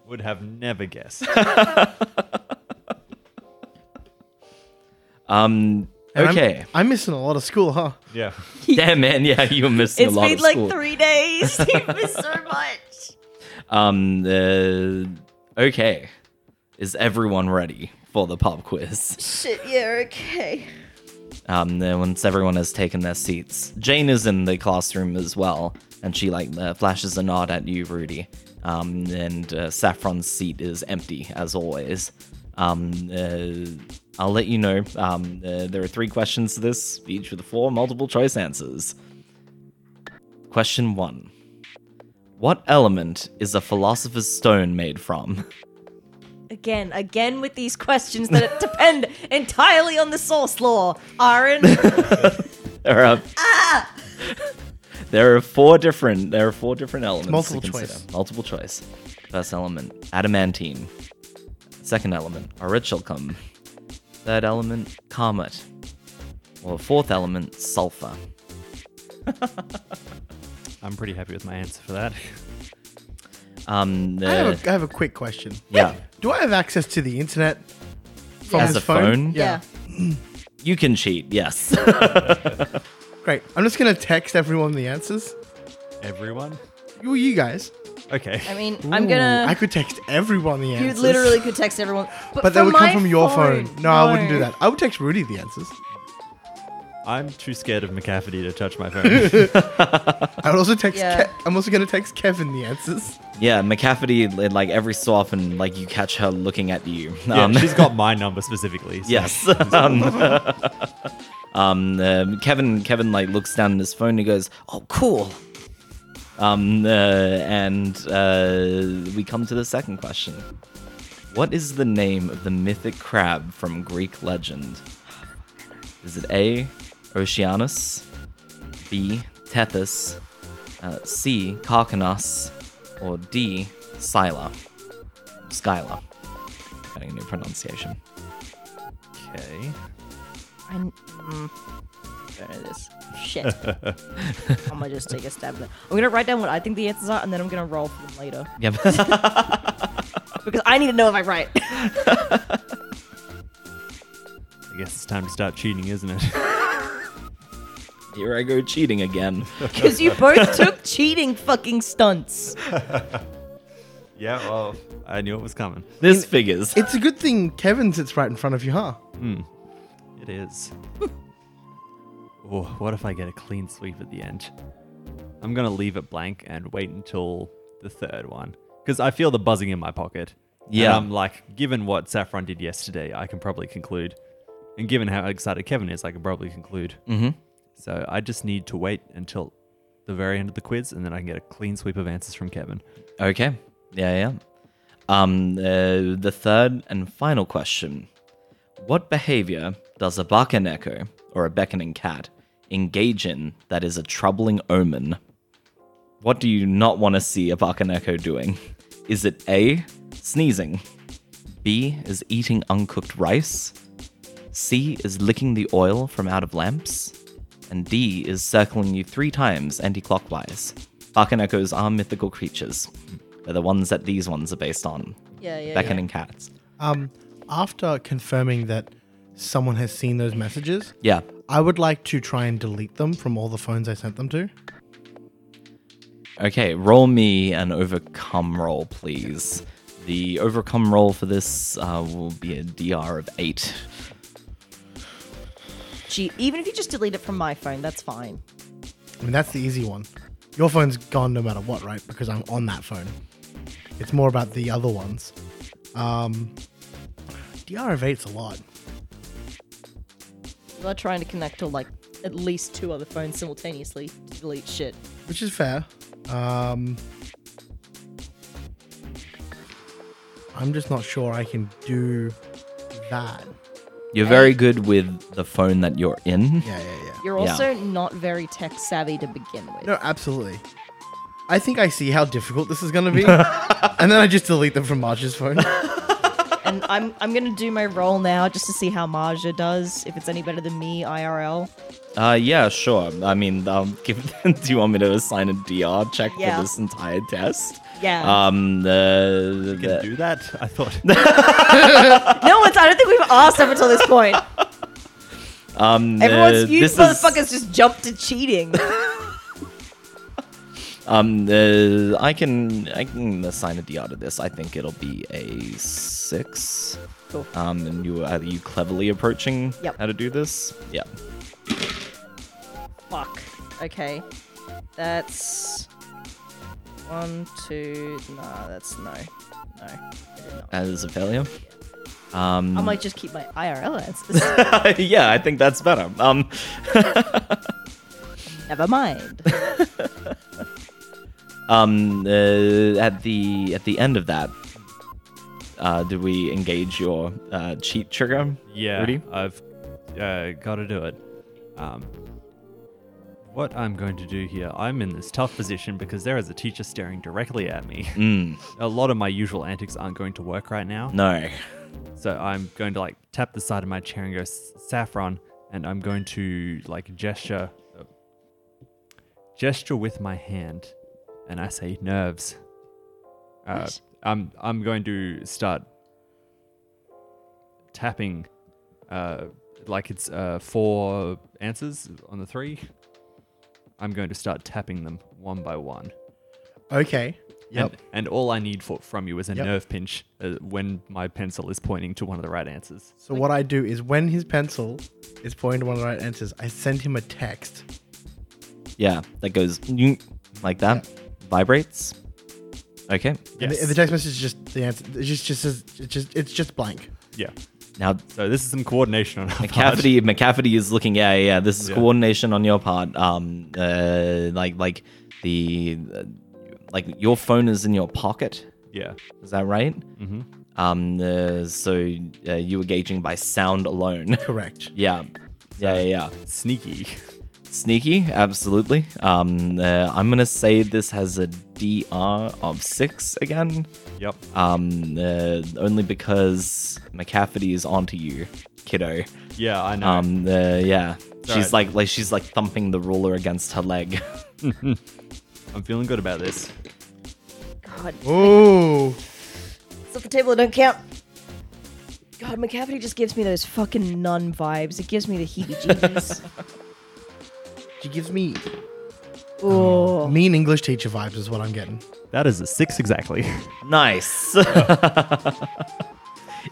[SPEAKER 3] Would have never guessed.
[SPEAKER 2] Um,
[SPEAKER 5] And I'm-
[SPEAKER 2] okay.
[SPEAKER 5] I'm, missing a lot of school, huh?
[SPEAKER 3] yeah.
[SPEAKER 2] Damn man, yeah, you were missing
[SPEAKER 4] It's
[SPEAKER 2] a lot
[SPEAKER 4] been
[SPEAKER 2] of
[SPEAKER 4] like
[SPEAKER 2] school.
[SPEAKER 4] three days. You've missed so much.
[SPEAKER 2] um, uh, okay. Is everyone ready for the pop quiz?
[SPEAKER 4] Shit, yeah, okay.
[SPEAKER 2] um, then once everyone has taken their seats. Jane is in the classroom as well, and she like uh, flashes a nod at you, Rudy. Um, and uh, Saffron's seat is empty as always. Um, uh, I'll let you know. Um, uh, there are three questions to this, each with four multiple choice answers. Question one: What element is a philosopher's stone made from?
[SPEAKER 4] Again, again with these questions that depend entirely on the source law. Aaron,
[SPEAKER 2] There are
[SPEAKER 5] Ah!
[SPEAKER 2] there are four different there are four different elements. to
[SPEAKER 5] multiple
[SPEAKER 2] consider.
[SPEAKER 5] choice.
[SPEAKER 2] Multiple choice. First element, adamantine. Second element, aurichalcum. Third element, karmat. Or fourth element, sulfur.
[SPEAKER 3] I'm pretty happy with my answer for that.
[SPEAKER 2] Um,
[SPEAKER 5] I,
[SPEAKER 2] uh,
[SPEAKER 5] have a, I have a quick question.
[SPEAKER 2] yeah.
[SPEAKER 5] Do I have access to the internet from
[SPEAKER 2] As
[SPEAKER 5] his
[SPEAKER 2] a phone?
[SPEAKER 5] Yeah.
[SPEAKER 2] You can cheat, yes.
[SPEAKER 5] Great. I'm just gonna text everyone the answers.
[SPEAKER 3] Everyone?
[SPEAKER 5] You, you guys.
[SPEAKER 3] Okay.
[SPEAKER 4] I mean, I'm gonna.
[SPEAKER 5] I could text everyone the
[SPEAKER 4] you
[SPEAKER 5] answers.
[SPEAKER 4] literally could text everyone, but,
[SPEAKER 5] But they would come
[SPEAKER 4] my
[SPEAKER 5] from your phone. No, I wouldn't do
[SPEAKER 4] no.
[SPEAKER 5] that. I would text Rudy the answers.
[SPEAKER 3] I'm too scared of McCafferty to touch my phone.
[SPEAKER 5] I would also text.
[SPEAKER 4] Yeah.
[SPEAKER 5] Ke- I'm also gonna text Kevin the answers.
[SPEAKER 2] Yeah, McCafferty, like every so often, like you catch her looking at you.
[SPEAKER 3] yeah,
[SPEAKER 2] Um,
[SPEAKER 3] she's got my number specifically. so-
[SPEAKER 2] Yes. um, um, uh, Kevin, Kevin, like looks down at his phone and he goes, "Oh, cool." Um, uh, and uh, we come to the second question. What is the name of the mythic crab from Greek legend? Is it A. Oceanus, B. Tethys, uh, C. Carcanos, or D. Scylla? Skyla. Getting a new pronunciation.
[SPEAKER 3] Okay.
[SPEAKER 4] I'm, mm, I don't know this. Shit. I'm gonna just take a stab at it. I'm gonna write down what I think the answers are, and then I'm gonna roll for them later
[SPEAKER 2] Yeah.
[SPEAKER 4] because I need to know if I'm right.
[SPEAKER 3] I guess it's time to start cheating, isn't it?
[SPEAKER 2] Here I go cheating again.
[SPEAKER 4] Because you both took cheating fucking stunts.
[SPEAKER 3] yeah, well, I knew it was coming.
[SPEAKER 2] This figures.
[SPEAKER 5] It's a good thing Kevin sits right in front of you, huh?
[SPEAKER 3] It is. oh, what if I get a clean sweep at the end? I'm going to leave it blank and wait until the third one. Because I feel the buzzing in my pocket.
[SPEAKER 2] Yeah.
[SPEAKER 3] And I'm like, given what Saffron did yesterday, I can probably conclude. And given how excited Kevin is, I can probably conclude.
[SPEAKER 2] Mhm.
[SPEAKER 3] So I just need to wait until the very end of the quiz and then I can get a clean sweep of answers from Kevin.
[SPEAKER 2] Okay. Yeah, yeah. Um, uh, the third and final question: What behavior does a bakaneko or a beckoning cat engage in that is a troubling omen? What do you not want to see a bakaneko doing? Is it A. Sneezing. B is eating uncooked rice. C is licking the oil from out of lamps. And D is circling you three times anti clockwise. Bakanekos are mythical creatures. They're the ones that these ones are based on.
[SPEAKER 4] Yeah, yeah.
[SPEAKER 2] Beckoning cats.
[SPEAKER 5] Um, after confirming that someone has seen those messages,
[SPEAKER 2] Yeah.
[SPEAKER 5] I would like to try and delete them from all the phones I sent them to.
[SPEAKER 2] Okay, roll me an overcome roll, please. The overcome roll for this uh, will be a DR of 8.
[SPEAKER 4] Gee, even if you just delete it from my phone, that's fine.
[SPEAKER 5] I mean, that's the easy one. Your phone's gone no matter what, right? Because I'm on that phone. It's more about the other ones. Um, DR of eight's a lot.
[SPEAKER 4] You are trying to connect to like at least two other phones simultaneously to delete shit.
[SPEAKER 5] which is fair. Um, I'm just not sure I can do that.
[SPEAKER 2] You're very good with the phone that you're in.
[SPEAKER 5] Yeah, yeah, yeah.
[SPEAKER 4] You're
[SPEAKER 2] Yeah.
[SPEAKER 4] also not very tech savvy to begin with.
[SPEAKER 5] No, absolutely. I think I see how difficult this is going to be, and then I just delete them from Marge's phone.
[SPEAKER 4] And I'm I'm gonna do my roll now just to see how Marja does. If it's any better than me, IRL.
[SPEAKER 2] Uh, yeah, sure. I mean, um, give, do you want me to assign a DR check
[SPEAKER 4] Yeah.
[SPEAKER 2] for this entire test?
[SPEAKER 4] Yeah.
[SPEAKER 2] Um, the,
[SPEAKER 3] You can
[SPEAKER 2] the
[SPEAKER 3] do that? I thought.
[SPEAKER 4] no one's. I don't think we've asked up until this point.
[SPEAKER 2] um, uh,
[SPEAKER 4] Everyone's you
[SPEAKER 2] this
[SPEAKER 4] motherfuckers
[SPEAKER 2] Is,
[SPEAKER 4] just jumped to cheating.
[SPEAKER 2] um, the, I can I can assign a DR to this. I think it'll be a six.
[SPEAKER 4] Cool.
[SPEAKER 2] Um, and you are you cleverly approaching
[SPEAKER 4] Yep.
[SPEAKER 2] how to do this? Yeah.
[SPEAKER 4] Fuck. Okay. That's one, two. Nah, that's no. No. I did not.
[SPEAKER 2] That is a failure. Um,
[SPEAKER 4] I might just keep my IRL answers.
[SPEAKER 2] yeah, I think that's better. Um,
[SPEAKER 4] Never mind.
[SPEAKER 2] um, uh, at the at the end of that, uh, do we engage your uh, cheat trigger?
[SPEAKER 3] Yeah,
[SPEAKER 2] Rudy?
[SPEAKER 3] I've uh, got to do it. Um, what I'm going to do here, I'm in this tough position because there is a teacher staring directly at me.
[SPEAKER 2] Mm,
[SPEAKER 3] a lot of my usual antics aren't going to work right now,
[SPEAKER 2] no.
[SPEAKER 3] so I'm going to like tap the side of my chair and go "S- saffron, and I'm going to like gesture, uh, gesture with my hand, and I say nerves. Uh, I'm I'm going to start tapping uh, like it's uh, four answers on the three. I'm going to start tapping them one by one.
[SPEAKER 5] Okay. Yep.
[SPEAKER 3] And, and all I need for, from you is a
[SPEAKER 5] Yep.
[SPEAKER 3] nerve pinch uh, when my pencil is pointing to one of the right answers.
[SPEAKER 5] So what I do is when his pencil is pointing to one of the right answers, I send him a text.
[SPEAKER 2] Yeah, that goes "Nying," like that, vibrates. Okay,
[SPEAKER 5] And the, and the text message is just the answer. It just just says it's just it's just blank.
[SPEAKER 3] Yeah.
[SPEAKER 2] now
[SPEAKER 3] So this is some coordination on our part.
[SPEAKER 2] McCafferty McCafferty is looking. Yeah, yeah, yeah, this is
[SPEAKER 3] Yeah.
[SPEAKER 2] coordination on your part. Um, uh, like like the uh, like your phone is in your pocket.
[SPEAKER 3] Yeah.
[SPEAKER 2] Is that right? Mm-hmm. Um, uh, so uh, you were gauging by sound alone.
[SPEAKER 5] Correct.
[SPEAKER 2] yeah. Yeah, yeah, yeah.
[SPEAKER 3] Sneaky.
[SPEAKER 2] Sneaky, absolutely. Um, uh, I'm gonna say this has a DR of six again.
[SPEAKER 3] Yep.
[SPEAKER 2] Um, uh, only because McCafferty is onto you, kiddo.
[SPEAKER 3] Yeah, I know.
[SPEAKER 2] Um, uh, yeah,
[SPEAKER 3] alright.
[SPEAKER 2] she's like, like she's like thumping the ruler against her leg.
[SPEAKER 3] I'm feeling good about this.
[SPEAKER 4] God,
[SPEAKER 5] Ooh.
[SPEAKER 4] it's off the table. It don't count. God, McCafferty just gives me those fucking nun vibes. It gives me the heebie-jeebies.
[SPEAKER 5] She gives me
[SPEAKER 4] oh,
[SPEAKER 5] mean English teacher vibes is what I'm getting.
[SPEAKER 3] That is a six exactly.
[SPEAKER 2] nice.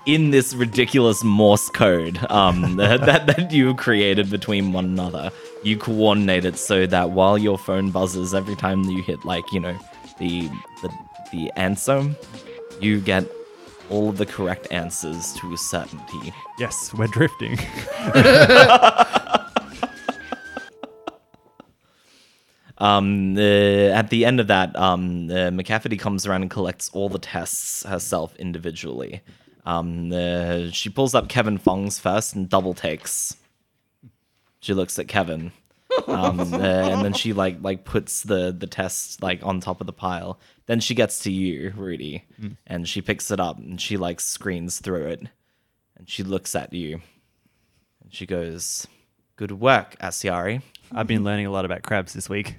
[SPEAKER 2] In this ridiculous Morse code um, that, that that you created between one another, you coordinate it so that while your phone buzzes every time you hit, like you know, the the the answer, you get all of the correct answers to a certainty.
[SPEAKER 3] yes, we're drifting.
[SPEAKER 2] Um, uh, at the end of that, um, uh, McCafferty comes around and collects all the tests herself individually. Um, uh, she pulls up Kevin Fong's first and double takes. She looks at Kevin, um, uh, and then she like like puts the the test like on top of the pile. Then she gets to you, Rudy, and she picks it up and she like screens through it, and she looks at you, and she goes, "Good work, Asiari."
[SPEAKER 3] I've been learning a lot about crabs this week.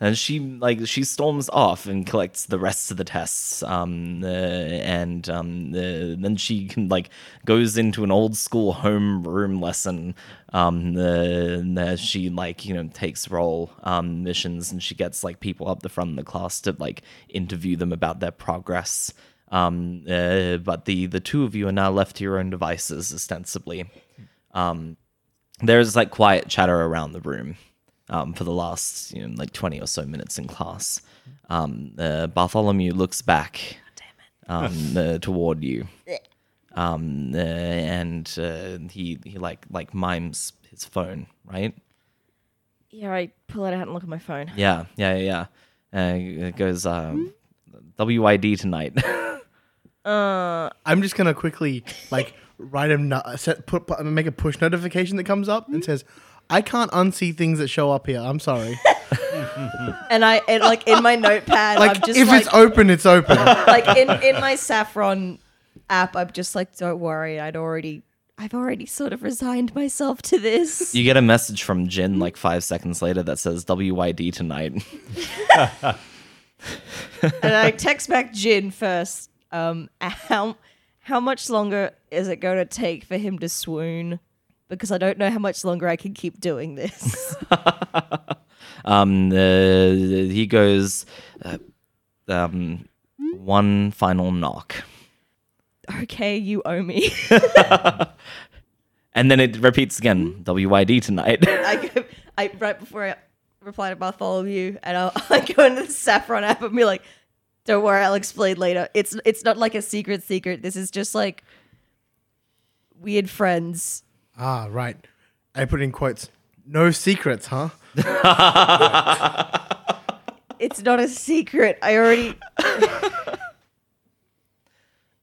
[SPEAKER 2] and she like she storms off and collects the rest of the tests um uh, and um uh, then she can like goes into an old school home room lesson um uh, and uh, she like you know takes role um missions and she gets like people up the front of the class to like interview them about their progress um uh, but the the two of you are now left to your own devices ostensibly there's like quiet chatter around the room um, for the last you know, like 20 or so minutes in class. Um, uh, Bartholomew looks back um, uh, toward you. Um, uh, and uh, he, he like like mimes his phone, right?
[SPEAKER 4] yeah. I pull it out and look at my phone.
[SPEAKER 2] Yeah, yeah, yeah. yeah. Uh, it goes, um, WID tonight.
[SPEAKER 5] I'm just gonna quickly like write him no- set put, put make a push notification that comes up and says, "I can't unsee things that show up here. I'm sorry."
[SPEAKER 4] And I, and like in my notepad, I'm
[SPEAKER 5] Like
[SPEAKER 4] just
[SPEAKER 5] if
[SPEAKER 4] like,
[SPEAKER 5] it's open, it's open.
[SPEAKER 4] like in, in my saffron app i'm just like don't worry i'd already i've already sort of resigned myself to this
[SPEAKER 2] you get a message from Jin like five seconds later that says WID tonight.
[SPEAKER 4] and i text back jin first um how how much longer is it going to take for him to swoon because i don't know how much longer i can keep doing this
[SPEAKER 2] um, uh, he goes, uh, um, one final knock.
[SPEAKER 4] okay you owe me
[SPEAKER 2] And then it repeats again, WYD tonight.
[SPEAKER 4] i go i right before i reply to bartholomew and i'll I go into the saffron app and be like don't worry i'll explain later it's it's not like a secret secret this is just like weird friends
[SPEAKER 5] ah, right. I put in quotes. No secrets, huh?
[SPEAKER 4] it's not a secret i already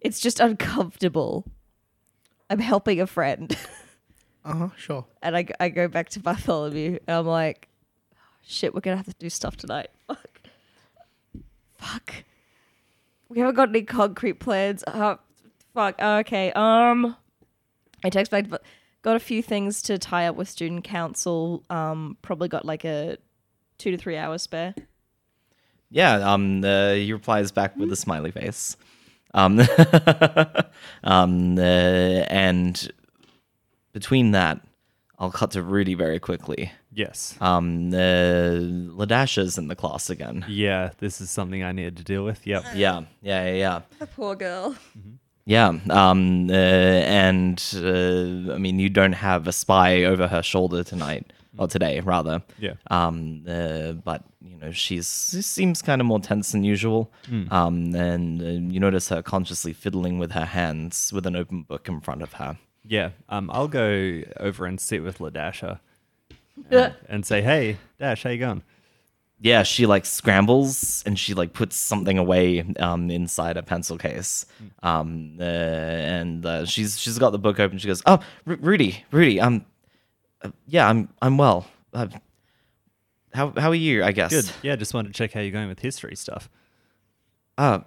[SPEAKER 4] it's just uncomfortable i'm helping a friend
[SPEAKER 5] Uh huh. Sure.
[SPEAKER 4] and I, g- I go back to Bartholomew and I'm like, "Oh, shit, we're gonna have to do stuff tonight. Fuck. Fuck. We haven't got any concrete plans. Uh, fuck. Oh, okay. Um, I text back, but got a few things to tie up with student council. Um, probably got like a two to three hours spare.
[SPEAKER 2] yeah, um, uh, he replies back with a smiley face. Um, um, uh, and between that, I'll cut to Rudy very quickly.
[SPEAKER 3] Yes.
[SPEAKER 2] Um, uh, Ladasha's in the class again.
[SPEAKER 3] Yeah, this is something I needed to deal with. Yep.
[SPEAKER 2] Yeah, yeah, yeah, yeah.
[SPEAKER 4] The poor girl.
[SPEAKER 2] Yeah, um, uh, and uh, I mean, you don't have a spy over her shoulder tonight or today, rather.
[SPEAKER 3] Yeah.
[SPEAKER 2] Um, uh, but you know, she's she seems kind of more tense than usual. Um, and uh, you notice her consciously fiddling with her hands with an open book in front of her.
[SPEAKER 3] Yeah. Um, I'll go over and sit with Ladasha and, and say, hey, Dash, how you going?
[SPEAKER 2] Yeah, she like scrambles and she like puts something away um, inside a pencil case. Um, uh, and uh, she's she's got the book open. She goes, "Oh, Ru Rudy, Rudy, um, uh, yeah, I'm I'm well. Uh, how how are you? I guess.
[SPEAKER 3] Good. Yeah, just wanted to check how you're going with history stuff.
[SPEAKER 2] Uh,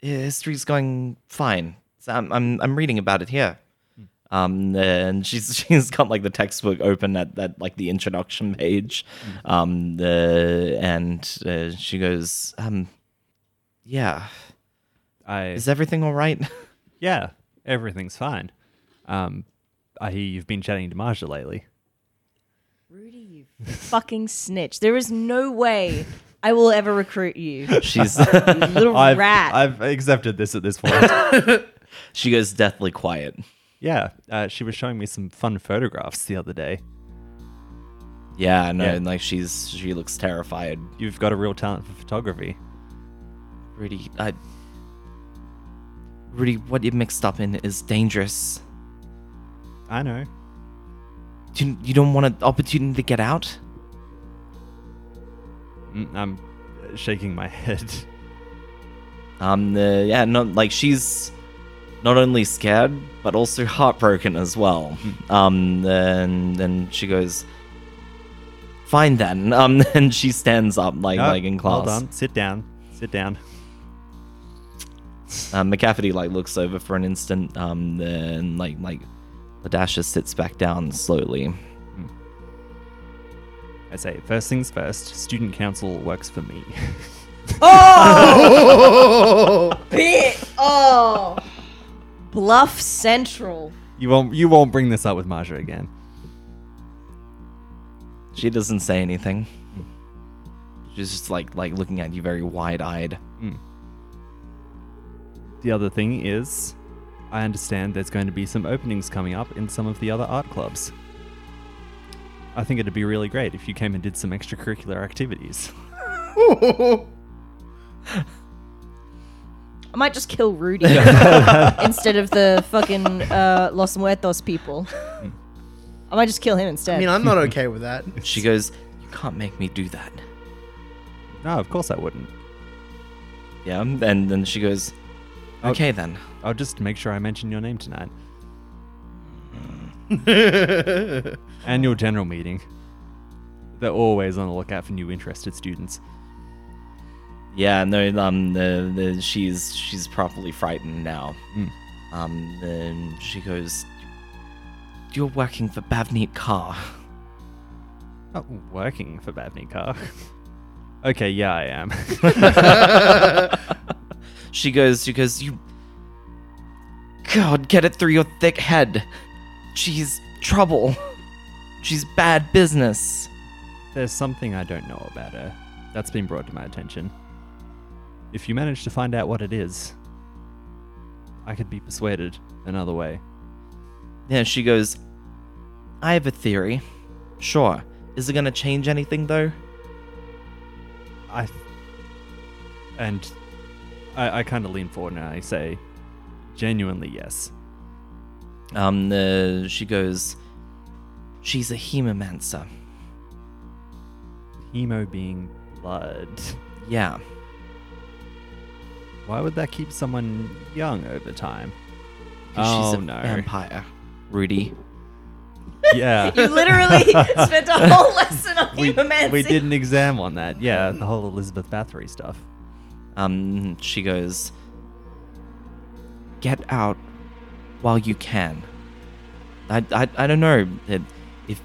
[SPEAKER 2] yeah, history's going fine. So I'm, I'm, I'm reading about it here. Um, and she's she's got like the textbook open at that like the introduction page, um, uh, and uh, she goes, um, yeah,
[SPEAKER 3] I
[SPEAKER 2] is everything all right?
[SPEAKER 3] yeah, everything's fine. Um, I hear you've been chatting to Marja lately.
[SPEAKER 4] Rudy, you fucking snitch. There is no way I will ever recruit you, you
[SPEAKER 2] She's
[SPEAKER 4] little
[SPEAKER 3] I've,
[SPEAKER 4] rat.
[SPEAKER 3] I've accepted this at this point.
[SPEAKER 2] she goes deathly quiet.
[SPEAKER 3] yeah, uh, she was showing me some fun photographs the other day.
[SPEAKER 2] Yeah, no,
[SPEAKER 3] Yeah.
[SPEAKER 2] and like she's she looks terrified.
[SPEAKER 3] You've got a real talent for photography.
[SPEAKER 2] Rudy, I, Rudy, what you're mixed up in is dangerous.
[SPEAKER 3] I know.
[SPEAKER 2] You, you don't want an opportunity to get out.
[SPEAKER 3] Mm, I'm uh, shaking my head.
[SPEAKER 2] Um, uh, yeah, no, like she's not only scared but also heartbroken as well. Um, and then she goes, "Fine then." Um, and she stands up like
[SPEAKER 3] No,
[SPEAKER 2] like in class.
[SPEAKER 3] Ah, Hold on. Sit down. Sit down.
[SPEAKER 2] Um, McCafferty like looks over for an instant. Um, then like like Ladasha sits back down slowly.
[SPEAKER 3] I say, first things first, student council works for me.
[SPEAKER 4] oh, Bluff Central.
[SPEAKER 3] you won't you won't bring this up with Marja again.
[SPEAKER 2] She doesn't say anything. She's just like like looking at you very wide eyed.
[SPEAKER 3] The other thing is I understand there's going to be some openings coming up in some of the other art clubs. I think it'd be really great if you came and did some extracurricular activities.
[SPEAKER 4] I might just kill Rudy instead of the fucking uh, Los Muertos people. I might just kill him instead.
[SPEAKER 5] I mean, I'm not okay with that.
[SPEAKER 2] She goes, "You can't make me do that."
[SPEAKER 3] No, of course I wouldn't.
[SPEAKER 2] Yeah, and then she goes,
[SPEAKER 3] Oh.
[SPEAKER 2] "Okay then."
[SPEAKER 3] I'll just make sure I mention your name tonight. Annual general meeting. They're always on the lookout for new interested students.
[SPEAKER 2] Yeah, no, um, the, the, she's she's properly frightened now.
[SPEAKER 3] Mm.
[SPEAKER 2] Um, then she goes, "You're working for Bavneet Carr."
[SPEAKER 3] Not working for Babney Carr. okay, yeah, I am.
[SPEAKER 2] She goes, she goes, "You, God, get it through your thick head. She's trouble. She's bad business."
[SPEAKER 3] There's something I don't know about her. That's been brought to my attention. If you manage to find out what it is, I could be persuaded another way.
[SPEAKER 2] Yeah, she goes, "I have a theory. Sure, is it gonna change anything though?"
[SPEAKER 3] I th- and I, I kind of lean forward and I say, genuinely yes.
[SPEAKER 2] Um, uh, she goes, "She's a hemomancer."
[SPEAKER 3] Hemo being blood.
[SPEAKER 2] Yeah.
[SPEAKER 3] Why would that keep someone young over time?
[SPEAKER 2] 'Cause
[SPEAKER 3] Oh
[SPEAKER 2] she's a
[SPEAKER 3] no!
[SPEAKER 2] vampire. Rudy.
[SPEAKER 3] Yeah,
[SPEAKER 4] you literally spent a whole lesson on
[SPEAKER 3] we,
[SPEAKER 4] humanity.
[SPEAKER 3] we did an exam on that. Yeah, the whole Elizabeth Bathory stuff.
[SPEAKER 2] Um, she goes, "Get out while you can." I, I, I don't know if- if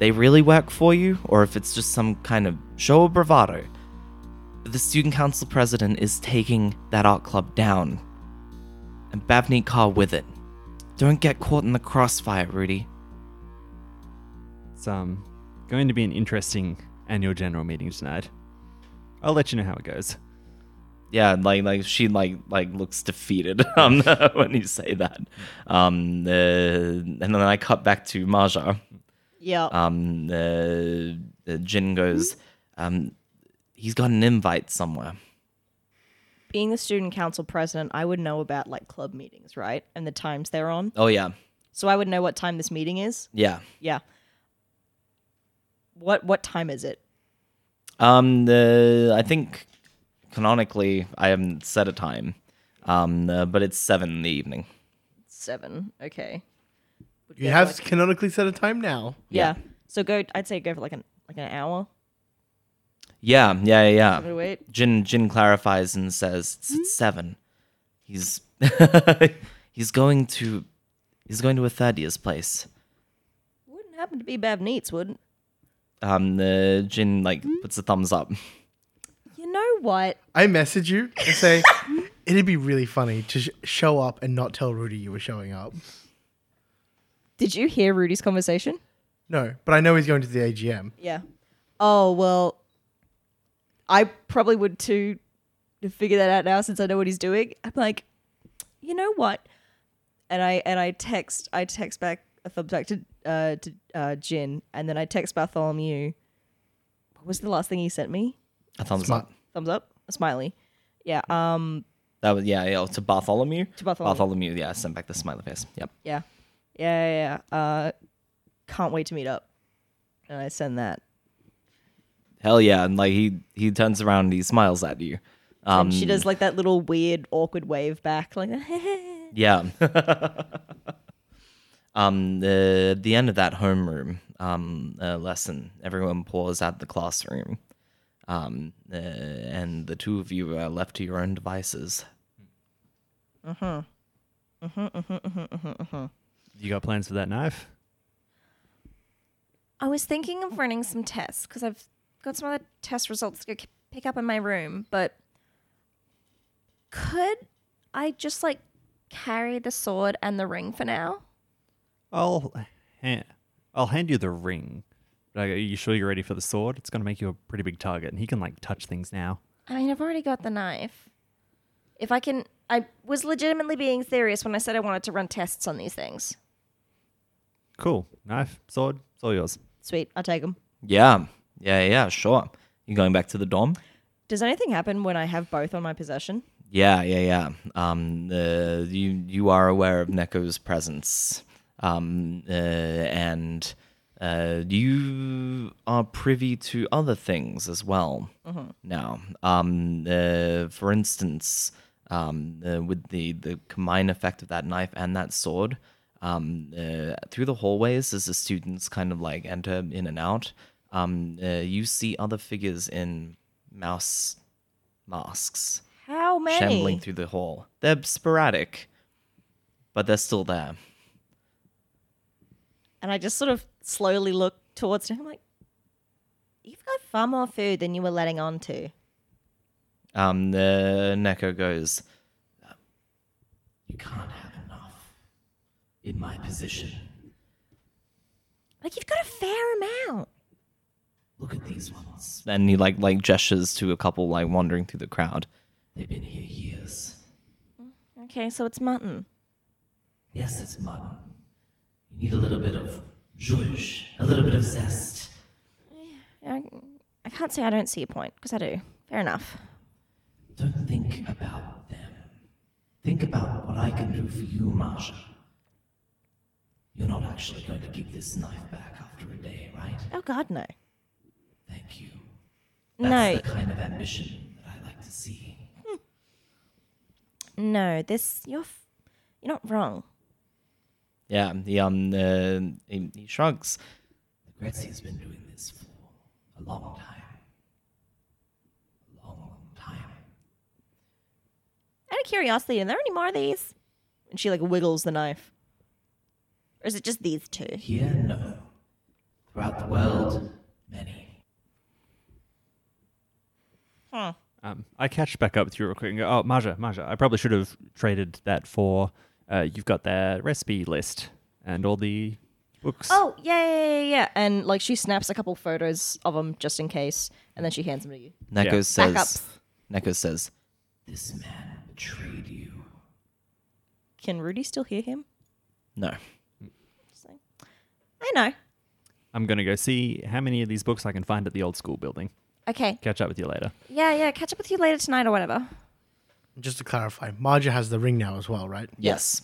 [SPEAKER 2] they really work for you or if it's just some kind of show of bravado. The student council president is taking that art club down, and Bavneet Carr with it. Don't get caught in the crossfire, Rudy.
[SPEAKER 3] It's um Going to be an interesting annual general meeting tonight. I'll let you know how it goes.
[SPEAKER 2] yeah, like like she like like looks defeated um, when you say that. Um, uh, and then I cut back to Maja.
[SPEAKER 4] Yeah.
[SPEAKER 2] Um, uh, uh, Jin goes, um, he's got an invite somewhere.
[SPEAKER 4] Being the student council president, I would know about like club meetings, right? And the times they're on.
[SPEAKER 2] Oh yeah,
[SPEAKER 4] So I would know what time this meeting is.
[SPEAKER 2] yeah.
[SPEAKER 4] Yeah. What what time is it?
[SPEAKER 2] Um, uh, I think canonically I haven't set a time, um, uh, but it's seven in the evening.
[SPEAKER 4] Seven. Okay.
[SPEAKER 5] You have canonically set a time now.
[SPEAKER 4] Yeah. So go. I'd say go for like an like an hour.
[SPEAKER 2] Yeah, yeah,
[SPEAKER 4] I'm
[SPEAKER 2] yeah.
[SPEAKER 4] gonna wait.
[SPEAKER 2] Jin Jin clarifies and says it's
[SPEAKER 4] Hmm?
[SPEAKER 2] at seven. He's he's going to he's going to a third year's place.
[SPEAKER 4] Wouldn't happen to be Bav Neats, wouldn't?
[SPEAKER 2] Um, uh, Jin like
[SPEAKER 4] Hmm?
[SPEAKER 2] puts a thumbs up.
[SPEAKER 4] You know what?
[SPEAKER 5] I message you and say, it'd be really funny to sh- show up and not tell Rudy you were showing up.
[SPEAKER 4] Did you hear Rudy's conversation?
[SPEAKER 5] No, but I know he's going to the AGM.
[SPEAKER 4] Yeah. Oh well. I probably would too. To figure that out now, since I know what he's doing, I'm like, you know what? And I and I text I text back a thumbs back to uh, to uh, Jin, and then I text Bartholomew. What was the last thing he sent me?
[SPEAKER 2] A thumbs
[SPEAKER 5] Smart.
[SPEAKER 2] up.
[SPEAKER 4] Thumbs up, a smiley. Yeah. Um.
[SPEAKER 2] That was yeah, yeah. To Bartholomew.
[SPEAKER 4] To Bartholomew.
[SPEAKER 2] Bartholomew. Yeah, send back the smiley face. Yep.
[SPEAKER 4] Yeah. Yeah, yeah, yeah. Uh, can't wait to meet up. And I send that.
[SPEAKER 2] Hell yeah! And like he he turns around and he smiles at you. Um,
[SPEAKER 4] and she
[SPEAKER 8] Um,
[SPEAKER 4] does like that little weird, awkward wave back, like,
[SPEAKER 2] Yeah. um, the the end of that homeroom um uh, lesson, everyone pours out the classroom. Um, uh, and the two of you are left to your own devices.
[SPEAKER 3] You got plans for that knife?
[SPEAKER 6] I was thinking of running some tests because I've got some other test results to go k- pick up in my room, but could I just like carry the sword and the ring for now?
[SPEAKER 3] I'll ha- I'll hand you the ring. But are you sure you're ready for the sword? It's gonna make you a pretty big target, and he can like touch things now.
[SPEAKER 6] I mean, I've already got the knife. If I can, I was legitimately being serious when I said I wanted to run tests on these things.
[SPEAKER 3] Cool. Knife, sword, it's all yours.
[SPEAKER 4] sweet, I'll take him.
[SPEAKER 2] Yeah, yeah, yeah. Sure. You going back to the dorm?
[SPEAKER 4] Does anything happen when I have both on my possession?
[SPEAKER 2] Yeah, yeah, yeah. Um, uh, you you are aware of Neko's presence, um, uh, and uh, you are privy to other things as well now. Um, uh, for instance, um, uh, with the the combined effect of that knife and that sword, um, uh, through the hallways as the students kind of like enter in and out, um, uh, you see other figures in mouse masks
[SPEAKER 4] How
[SPEAKER 2] shambling
[SPEAKER 4] many?
[SPEAKER 2] through the hall. They're sporadic, but they're still there.
[SPEAKER 4] And I just sort of slowly look towards him. I'm like, you've got far more food than you were letting on to.
[SPEAKER 2] Um, the Neko goes,
[SPEAKER 8] You can't have enough in my position.
[SPEAKER 6] Like, you've got a fair amount.
[SPEAKER 8] Look at these ones.
[SPEAKER 2] and he like like gestures to a couple like wandering through the crowd.
[SPEAKER 8] They've been here years.
[SPEAKER 6] Okay, so it's mutton.
[SPEAKER 8] Yes, it's mutton. You need a little bit of zhuzh, a little bit of zest.
[SPEAKER 6] I, I can't say I don't see your point because I do. Fair enough.
[SPEAKER 8] Don't think about them. Think about what I can do for you, Marsha. You're not actually going to give this knife back after a day, right?
[SPEAKER 4] Oh, God, no.
[SPEAKER 8] Thank you.
[SPEAKER 6] No.
[SPEAKER 8] That's the kind of ambition that I like to see.
[SPEAKER 6] No, this you're f- you're not wrong.
[SPEAKER 2] Yeah, he um uh, he, he shrugs.
[SPEAKER 8] The Gretzky's been doing this for a long time. A long, long time.
[SPEAKER 6] Out of curiosity, are there any more of these?
[SPEAKER 4] And she like wiggles the knife.
[SPEAKER 6] Or is it just these two?
[SPEAKER 8] Here, no. Throughout the world, many.
[SPEAKER 3] Um, I catch back up with you real quick and go, oh, Maja, Maja, I probably should have traded that for. Uh, you've got that recipe list and all the
[SPEAKER 7] books.
[SPEAKER 4] Oh, yeah, yeah, yeah, yeah. And like she snaps a couple photos of them just in case, and then she hands them to you.
[SPEAKER 2] Neko
[SPEAKER 7] Yeah.
[SPEAKER 2] says.
[SPEAKER 4] Backups.
[SPEAKER 2] Neko says.
[SPEAKER 8] This man betrayed you.
[SPEAKER 4] Can Rudy still hear him?
[SPEAKER 2] No.
[SPEAKER 4] I know.
[SPEAKER 7] I'm gonna go see how many of these books I can find at the old school building.
[SPEAKER 6] Okay.
[SPEAKER 7] Catch up with you later.
[SPEAKER 6] Yeah, yeah. Catch up with you later tonight or whatever.
[SPEAKER 5] Just to clarify, Marja has the ring now as well, right?
[SPEAKER 2] Yes.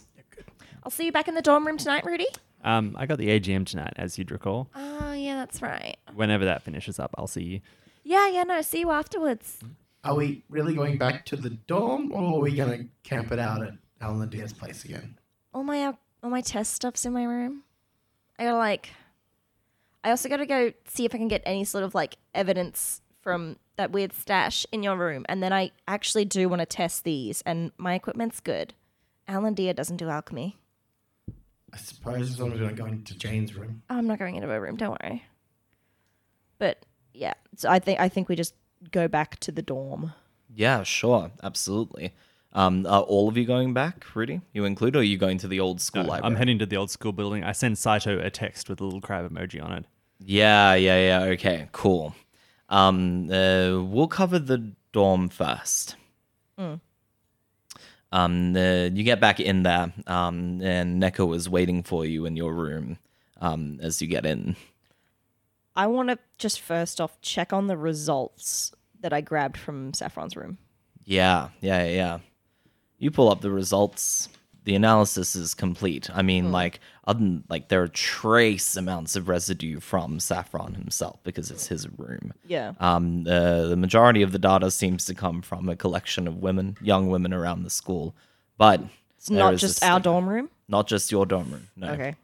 [SPEAKER 6] I'll see you back in the dorm room tonight, Rudy.
[SPEAKER 7] Um, I got the AGM tonight, as you'd recall.
[SPEAKER 6] Oh, yeah, that's right.
[SPEAKER 7] Whenever that finishes up, I'll see you.
[SPEAKER 6] Yeah, yeah, no. See you afterwards.
[SPEAKER 5] Are we really going back to the dorm, or are we gonna camp it out at Alan and Dean's place again?
[SPEAKER 6] All my uh, all my test stuff's in my room. I gotta like. I also gotta go see if I can get any sort of like evidence from that weird stash in your room, and then I actually do want to test these, and my equipment's good. Alan Deere doesn't do alchemy.
[SPEAKER 5] I suppose as long as we're not going to Jane's room.
[SPEAKER 6] Oh, I'm not going into her room. Don't worry.
[SPEAKER 4] But yeah, so I think I think we just go back to the dorm.
[SPEAKER 2] Yeah, sure. Absolutely. Um, are all of you going back, Rudy? You include, or are you going to the old school
[SPEAKER 7] No,
[SPEAKER 2] library?
[SPEAKER 7] I'm heading to the old school building. I send Saito a text with a little crab emoji on it.
[SPEAKER 2] Yeah, yeah, yeah. Okay, cool. Um, uh, we'll cover the dorm first. Um, uh, you get back in there, um, and Neko is waiting for you in your room. Um, as you get in,
[SPEAKER 4] I want to just first off check on the results that I grabbed from Saffron's room.
[SPEAKER 2] yeah, yeah, yeah, yeah. You pull up the results. The analysis is complete. I mean, like, other than, like there are trace amounts of residue from Saffron himself because it's his room.
[SPEAKER 4] Yeah.
[SPEAKER 2] Um, uh, the majority of the data seems to come from a collection of women, young women around the school, but
[SPEAKER 4] It's not just our dorm room.
[SPEAKER 2] not just your dorm room. No.
[SPEAKER 4] Okay.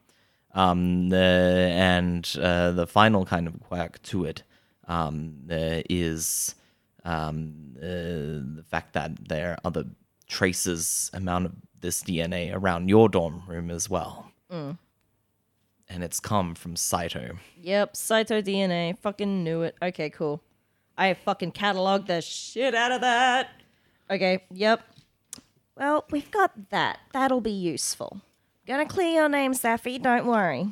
[SPEAKER 2] Um, uh, and uh, the final kind of quirk to it um, uh, is um, uh, the fact that there are other traces amount of this DNA around your dorm room as well,
[SPEAKER 4] Mm.
[SPEAKER 2] and it's come from Saito.
[SPEAKER 4] Yep, Saito DNA. Fucking knew it. Okay, cool. I fucking cataloged the shit out of that. Okay, yep.
[SPEAKER 6] Well, we've got that. That'll be useful. Gonna clear your name, Safi. Don't worry.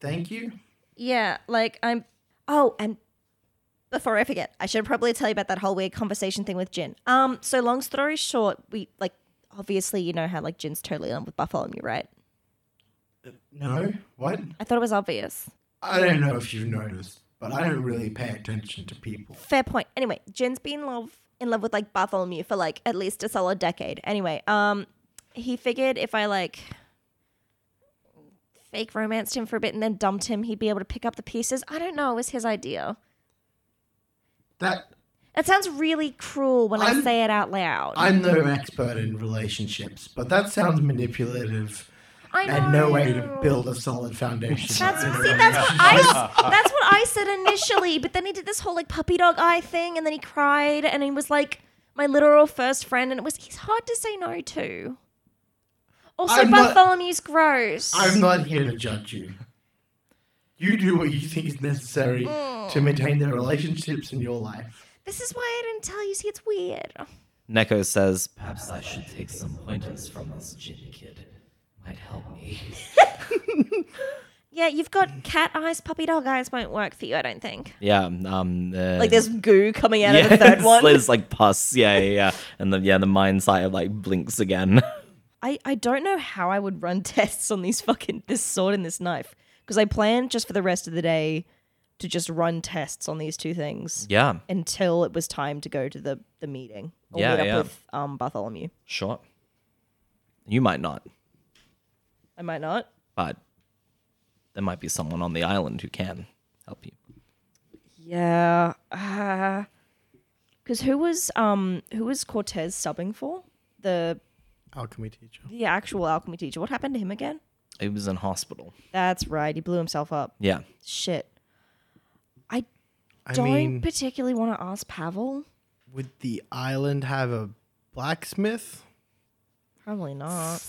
[SPEAKER 5] Thank you.
[SPEAKER 6] Yeah, like I'm. Oh, and before I forget, I should probably tell you about that whole weird conversation thing with Jin. Um, so long story short, we like obviously you know how like Jin's totally on with Bartholomew, right?
[SPEAKER 5] No, what?
[SPEAKER 6] I thought it was obvious.
[SPEAKER 5] I don't know if you've noticed, but I don't really pay attention to people.
[SPEAKER 6] Fair point. Anyway, Jin's been in love in love with like Bartholomew for like at least a solid decade. Anyway, um, he figured if I like fake romanced him for a bit and then dumped him, he'd be able to pick up the pieces. I don't know. It was his idea.
[SPEAKER 5] That
[SPEAKER 6] That sounds really cruel when I
[SPEAKER 5] I'm-
[SPEAKER 6] say it out loud.
[SPEAKER 5] I'm no expert in relationships, but that sounds manipulative
[SPEAKER 6] I
[SPEAKER 5] and no way to build a solid foundation.
[SPEAKER 6] That's
[SPEAKER 5] in a
[SPEAKER 6] see, that's what I that's what I said initially, but then he did this whole like puppy dog eye thing, and then he cried, and he was like my literal first friend, and it was he's hard to say no to. Also,
[SPEAKER 5] I'm not-
[SPEAKER 6] Bartholomew's gross.
[SPEAKER 5] I'm not here to judge you. You do what you think is necessary
[SPEAKER 6] Mm.
[SPEAKER 5] to maintain the relationships in your life.
[SPEAKER 6] this is why I didn't tell you. See, it's weird.
[SPEAKER 2] Neko says,
[SPEAKER 8] Perhaps I should take some pointers from this gin kid. Might help me.
[SPEAKER 6] Yeah, you've got cat eyes, puppy dog eyes won't work for you, I don't think.
[SPEAKER 2] "Yeah, um, uh,
[SPEAKER 4] Like there's goo coming out
[SPEAKER 2] yeah,
[SPEAKER 4] of the third one.
[SPEAKER 2] There's like pus. Yeah, yeah, yeah. And then yeah, the mind side like blinks again.
[SPEAKER 4] I, I don't know how I would run tests on these fucking this sword and this knife because I planned just for the rest of the day to just run tests on these two things
[SPEAKER 2] yeah,
[SPEAKER 4] until it was time to go to the the meeting. Or
[SPEAKER 2] Yeah,
[SPEAKER 4] meet up
[SPEAKER 2] yeah.
[SPEAKER 4] with um Bartholomew.
[SPEAKER 2] sure. You might not,
[SPEAKER 4] I might not.
[SPEAKER 2] but there might be someone on the island who can help you.
[SPEAKER 4] Yeah. Because who was um who was Cortez subbing for the
[SPEAKER 5] Alchemy teacher.
[SPEAKER 4] the actual alchemy teacher? What happened to him again?
[SPEAKER 2] He was in hospital.
[SPEAKER 4] That's right. He blew himself up.
[SPEAKER 2] Yeah,
[SPEAKER 4] Shit. I
[SPEAKER 5] I
[SPEAKER 4] don't
[SPEAKER 5] mean,
[SPEAKER 4] particularly want to ask Pavel.
[SPEAKER 5] would the island have a blacksmith?
[SPEAKER 4] Probably not.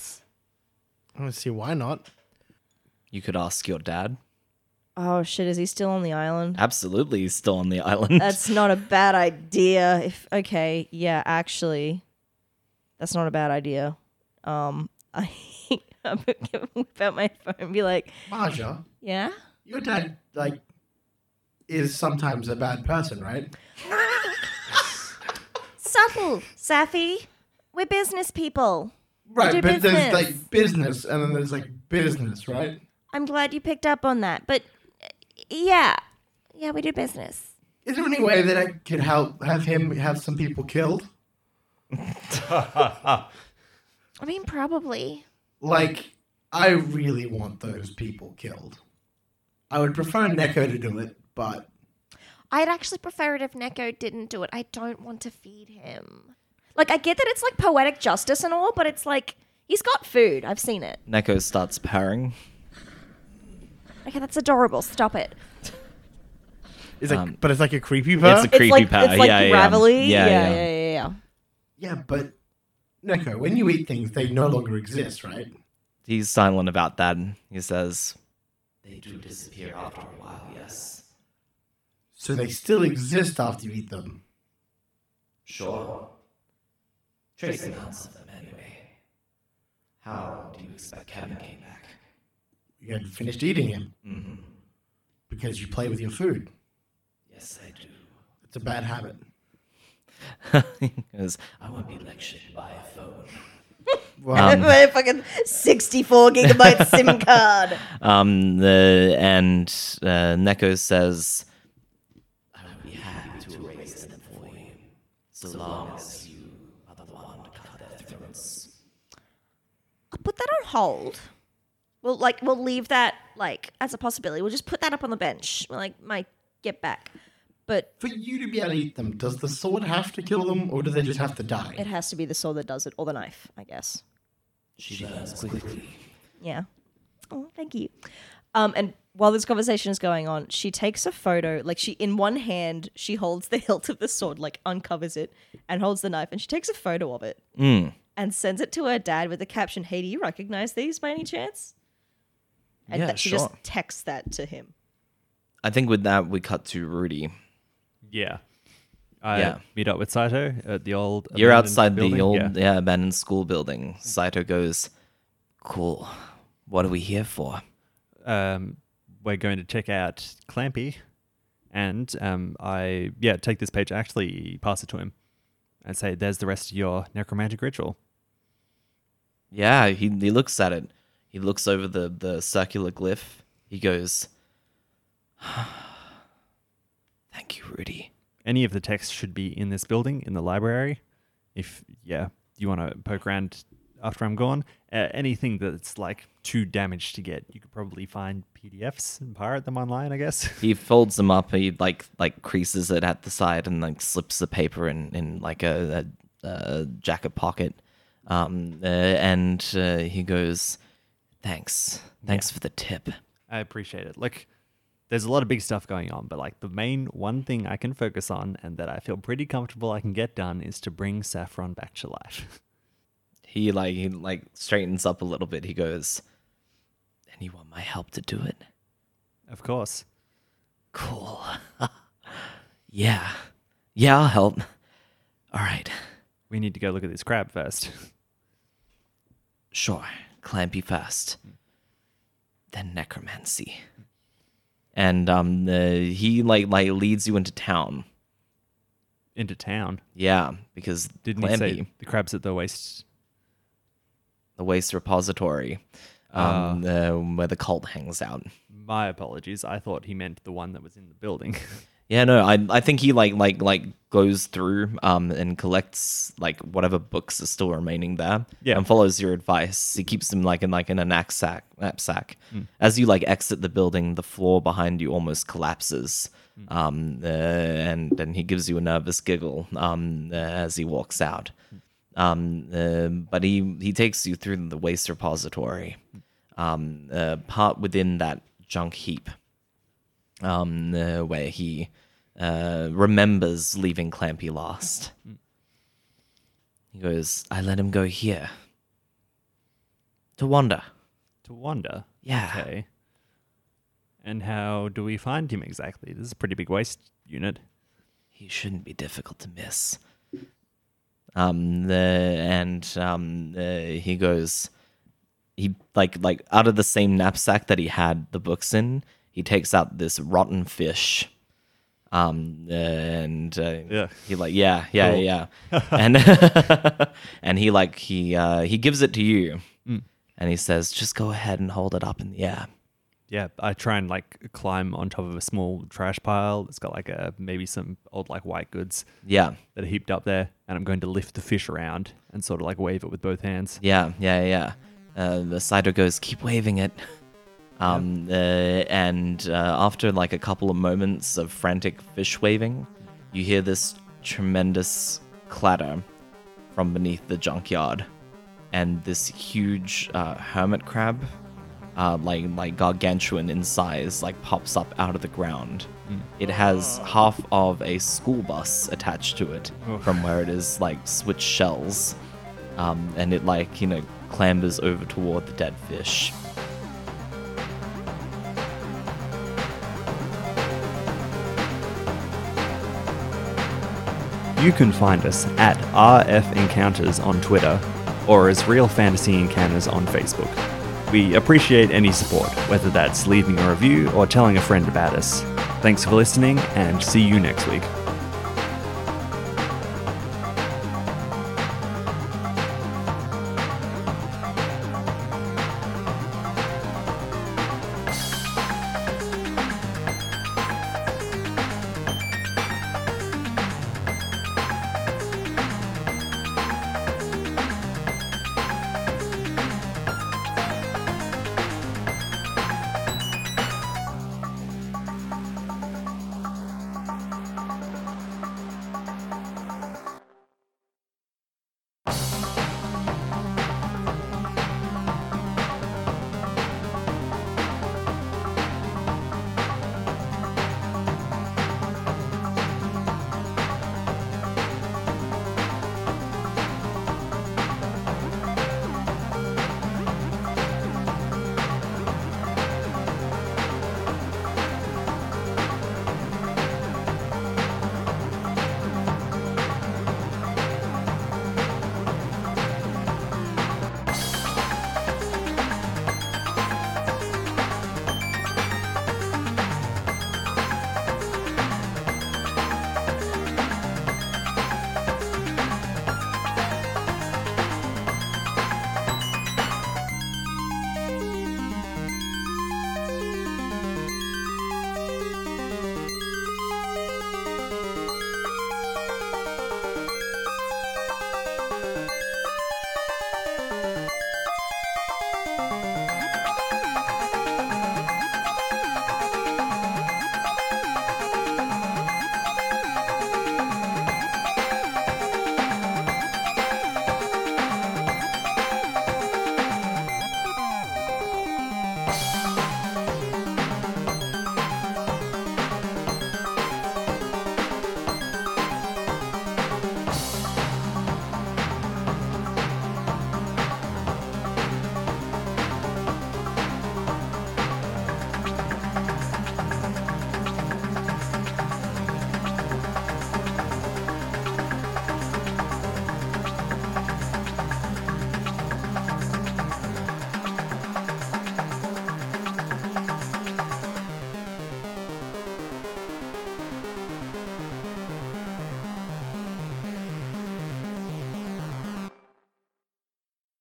[SPEAKER 5] I don't see why not.
[SPEAKER 2] you could ask your dad.
[SPEAKER 4] Oh shit, is he still on the island?
[SPEAKER 2] Absolutely, he's still on the island.
[SPEAKER 4] That's not a bad idea. If okay, yeah, actually. That's not a bad idea. Um I
[SPEAKER 6] up and give- whip out my phone and be like,
[SPEAKER 5] Marja,
[SPEAKER 6] yeah?
[SPEAKER 5] your dad like is sometimes a bad person, right?
[SPEAKER 6] Subtle, Safi. We're business people.
[SPEAKER 5] Right,
[SPEAKER 6] do
[SPEAKER 5] but there's
[SPEAKER 6] business.
[SPEAKER 5] like business, and then there's like business, right?
[SPEAKER 6] I'm glad you picked up on that. But uh, yeah, yeah, we do business.
[SPEAKER 5] Is there any way that I could help have him have some people killed?
[SPEAKER 6] I mean, probably.
[SPEAKER 5] Like, I really want those people killed. I would prefer Neko to do it, but
[SPEAKER 6] I'd actually prefer it if Neko didn't do it. I don't want to feed him. Like, I get that it's like poetic justice and all, but it's like he's got food. I've seen it.
[SPEAKER 2] Neko starts purring.
[SPEAKER 6] Okay, that's adorable. Stop it.
[SPEAKER 5] is it?
[SPEAKER 2] Um,
[SPEAKER 5] but it's like a creepy
[SPEAKER 2] It's a
[SPEAKER 5] part.
[SPEAKER 2] creepy
[SPEAKER 4] it's like,
[SPEAKER 2] power.
[SPEAKER 4] It's like
[SPEAKER 2] yeah, yeah.
[SPEAKER 4] gravelly.
[SPEAKER 2] Yeah, yeah.
[SPEAKER 4] yeah, yeah, yeah.
[SPEAKER 5] yeah, but Neko, when you eat things, they no longer exist, right?
[SPEAKER 2] He's silent about that. He says,
[SPEAKER 8] They do disappear after a while, yes.
[SPEAKER 5] So they still exist after you eat them.
[SPEAKER 8] Sure. Trace amounts of them, anyway. How do you expect Kevin came back?
[SPEAKER 5] You hadn't finished eating him
[SPEAKER 8] Mm-hmm.
[SPEAKER 5] because you play with your food.
[SPEAKER 8] Yes, I do.
[SPEAKER 5] It's a bad habit.
[SPEAKER 2] he goes,
[SPEAKER 8] I won't be lectured by a phone.
[SPEAKER 5] Well,
[SPEAKER 4] My fucking 64 gigabyte SIM card.
[SPEAKER 2] um, the, and uh, Neko says,
[SPEAKER 8] I would be happy to erase them for you, so long as you are the one to cut their throats.
[SPEAKER 6] I'll put that on hold. We'll like we'll leave that like as a possibility. We'll just put that up on the bench. We're like might get back, but
[SPEAKER 5] for you to be able to eat them, does the sword have to kill them, or do they just have to
[SPEAKER 4] It
[SPEAKER 5] die?
[SPEAKER 4] has to be the sword that does it, or the knife, I guess.
[SPEAKER 8] She learns quickly.
[SPEAKER 4] Yeah. Oh, thank you. Um, and while this conversation is going on, she takes a photo. Like she, in one hand, she holds the hilt of the sword, like uncovers it, and holds the knife, and she takes a photo of it
[SPEAKER 2] Hmm.
[SPEAKER 4] and sends it to her dad with the caption, "Hey, do you recognize these by any chance?" And
[SPEAKER 2] Yeah,
[SPEAKER 4] that she
[SPEAKER 2] sure.
[SPEAKER 4] just texts that to him.
[SPEAKER 2] I think with that, we cut to Rudy.
[SPEAKER 3] Yeah. I
[SPEAKER 2] Yeah.
[SPEAKER 3] meet up with Saito at the old.
[SPEAKER 2] You're
[SPEAKER 3] abandoned
[SPEAKER 2] outside
[SPEAKER 3] building.
[SPEAKER 2] the old,
[SPEAKER 3] Yeah.
[SPEAKER 2] yeah, abandoned school building. Saito goes, Cool. What are we here for?
[SPEAKER 3] um, we're going to check out Clampy, and um, I yeah take this page actually pass it to him, and say, "There's the rest of your necromantic ritual."
[SPEAKER 2] Yeah, he, he looks at it. He looks over the, the circular glyph. He goes, Thank you, Rudy.
[SPEAKER 3] Any of the text should be in this building in the library. If yeah, you want to poke around after I'm gone, uh, anything that's like too damaged to get, you could probably find PDFs and pirate them online. I guess.
[SPEAKER 2] He folds them up. He like like creases it at the side and like slips the paper in in like a, a, a jacket pocket. Um, uh, and uh, he goes, "Thanks, thanks for the tip."
[SPEAKER 3] I appreciate it. Look, there's a lot of big stuff going on, but like the main one thing I can focus on and that I feel pretty comfortable I can get done is to bring Saffron back to life.
[SPEAKER 2] He like he like straightens up a little bit. He goes, "And you want my help to do it?
[SPEAKER 3] of course.
[SPEAKER 2] Cool. yeah, yeah, I'll help. All right,
[SPEAKER 3] We need to go look at this crab first.
[SPEAKER 2] sure. Clampy first, then necromancy." And um, the, he like like leads you into town.
[SPEAKER 3] Into town.
[SPEAKER 2] Yeah, because
[SPEAKER 3] Didn't
[SPEAKER 2] Clampy,
[SPEAKER 3] he say the crab's at the waist?
[SPEAKER 2] the waste repository,
[SPEAKER 3] Ah.
[SPEAKER 2] um, uh, where the cult hangs out.
[SPEAKER 3] My apologies. I thought he meant the one that was in the building.
[SPEAKER 2] Yeah, no, I I think he like like like goes through um and collects like whatever books are still remaining there.
[SPEAKER 3] Yeah.
[SPEAKER 2] and follows your advice. He keeps them like in like in a knapsack knapsack. As you like exit the building, the floor behind you almost collapses. Um, uh, and then he gives you a nervous giggle. Um, uh, as he walks out. Um, uh, but he he takes you through the waste repository. Um, uh, part within that junk heap um, uh, where he uh, remembers leaving Clampy last. He goes, I let him go here. To wander.
[SPEAKER 3] to wander.
[SPEAKER 2] Yeah.
[SPEAKER 3] Okay. And how do we find him exactly? This is a pretty big waste unit.
[SPEAKER 2] He shouldn't be difficult to miss. Um, the, and um, uh, he goes, he like like out of the same knapsack that he had the books in, he takes out this rotten fish. Um and uh,
[SPEAKER 7] Yeah.
[SPEAKER 2] he like yeah yeah
[SPEAKER 7] Cool.
[SPEAKER 2] yeah and and he like he uh he gives it to you
[SPEAKER 7] Mm.
[SPEAKER 2] and he says just go ahead and hold it up in the air
[SPEAKER 3] Yeah, I try and like climb on top of a small trash pile. It's got like a maybe some old like white goods
[SPEAKER 2] yeah
[SPEAKER 3] that are heaped up there, and I'm going to lift the fish around and sort of like wave it with both hands.
[SPEAKER 2] Yeah, yeah, yeah. Uh, the cider goes, keep waving it. Um, uh, and uh, after like a couple of moments of frantic fish waving, you hear this tremendous clatter from beneath the junkyard, and this huge uh, hermit crab, uh, like like gargantuan in size, like pops up out of the ground. It has half of a school bus attached to it, from where it is like switch shells um, and it like you know clambers over toward the dead fish.
[SPEAKER 3] You can find us at RF Encounters on Twitter or as Real Fantasy Encounters on Facebook. We appreciate any support, whether that's leaving a review or telling a friend about us. Thanks for listening and see you next week.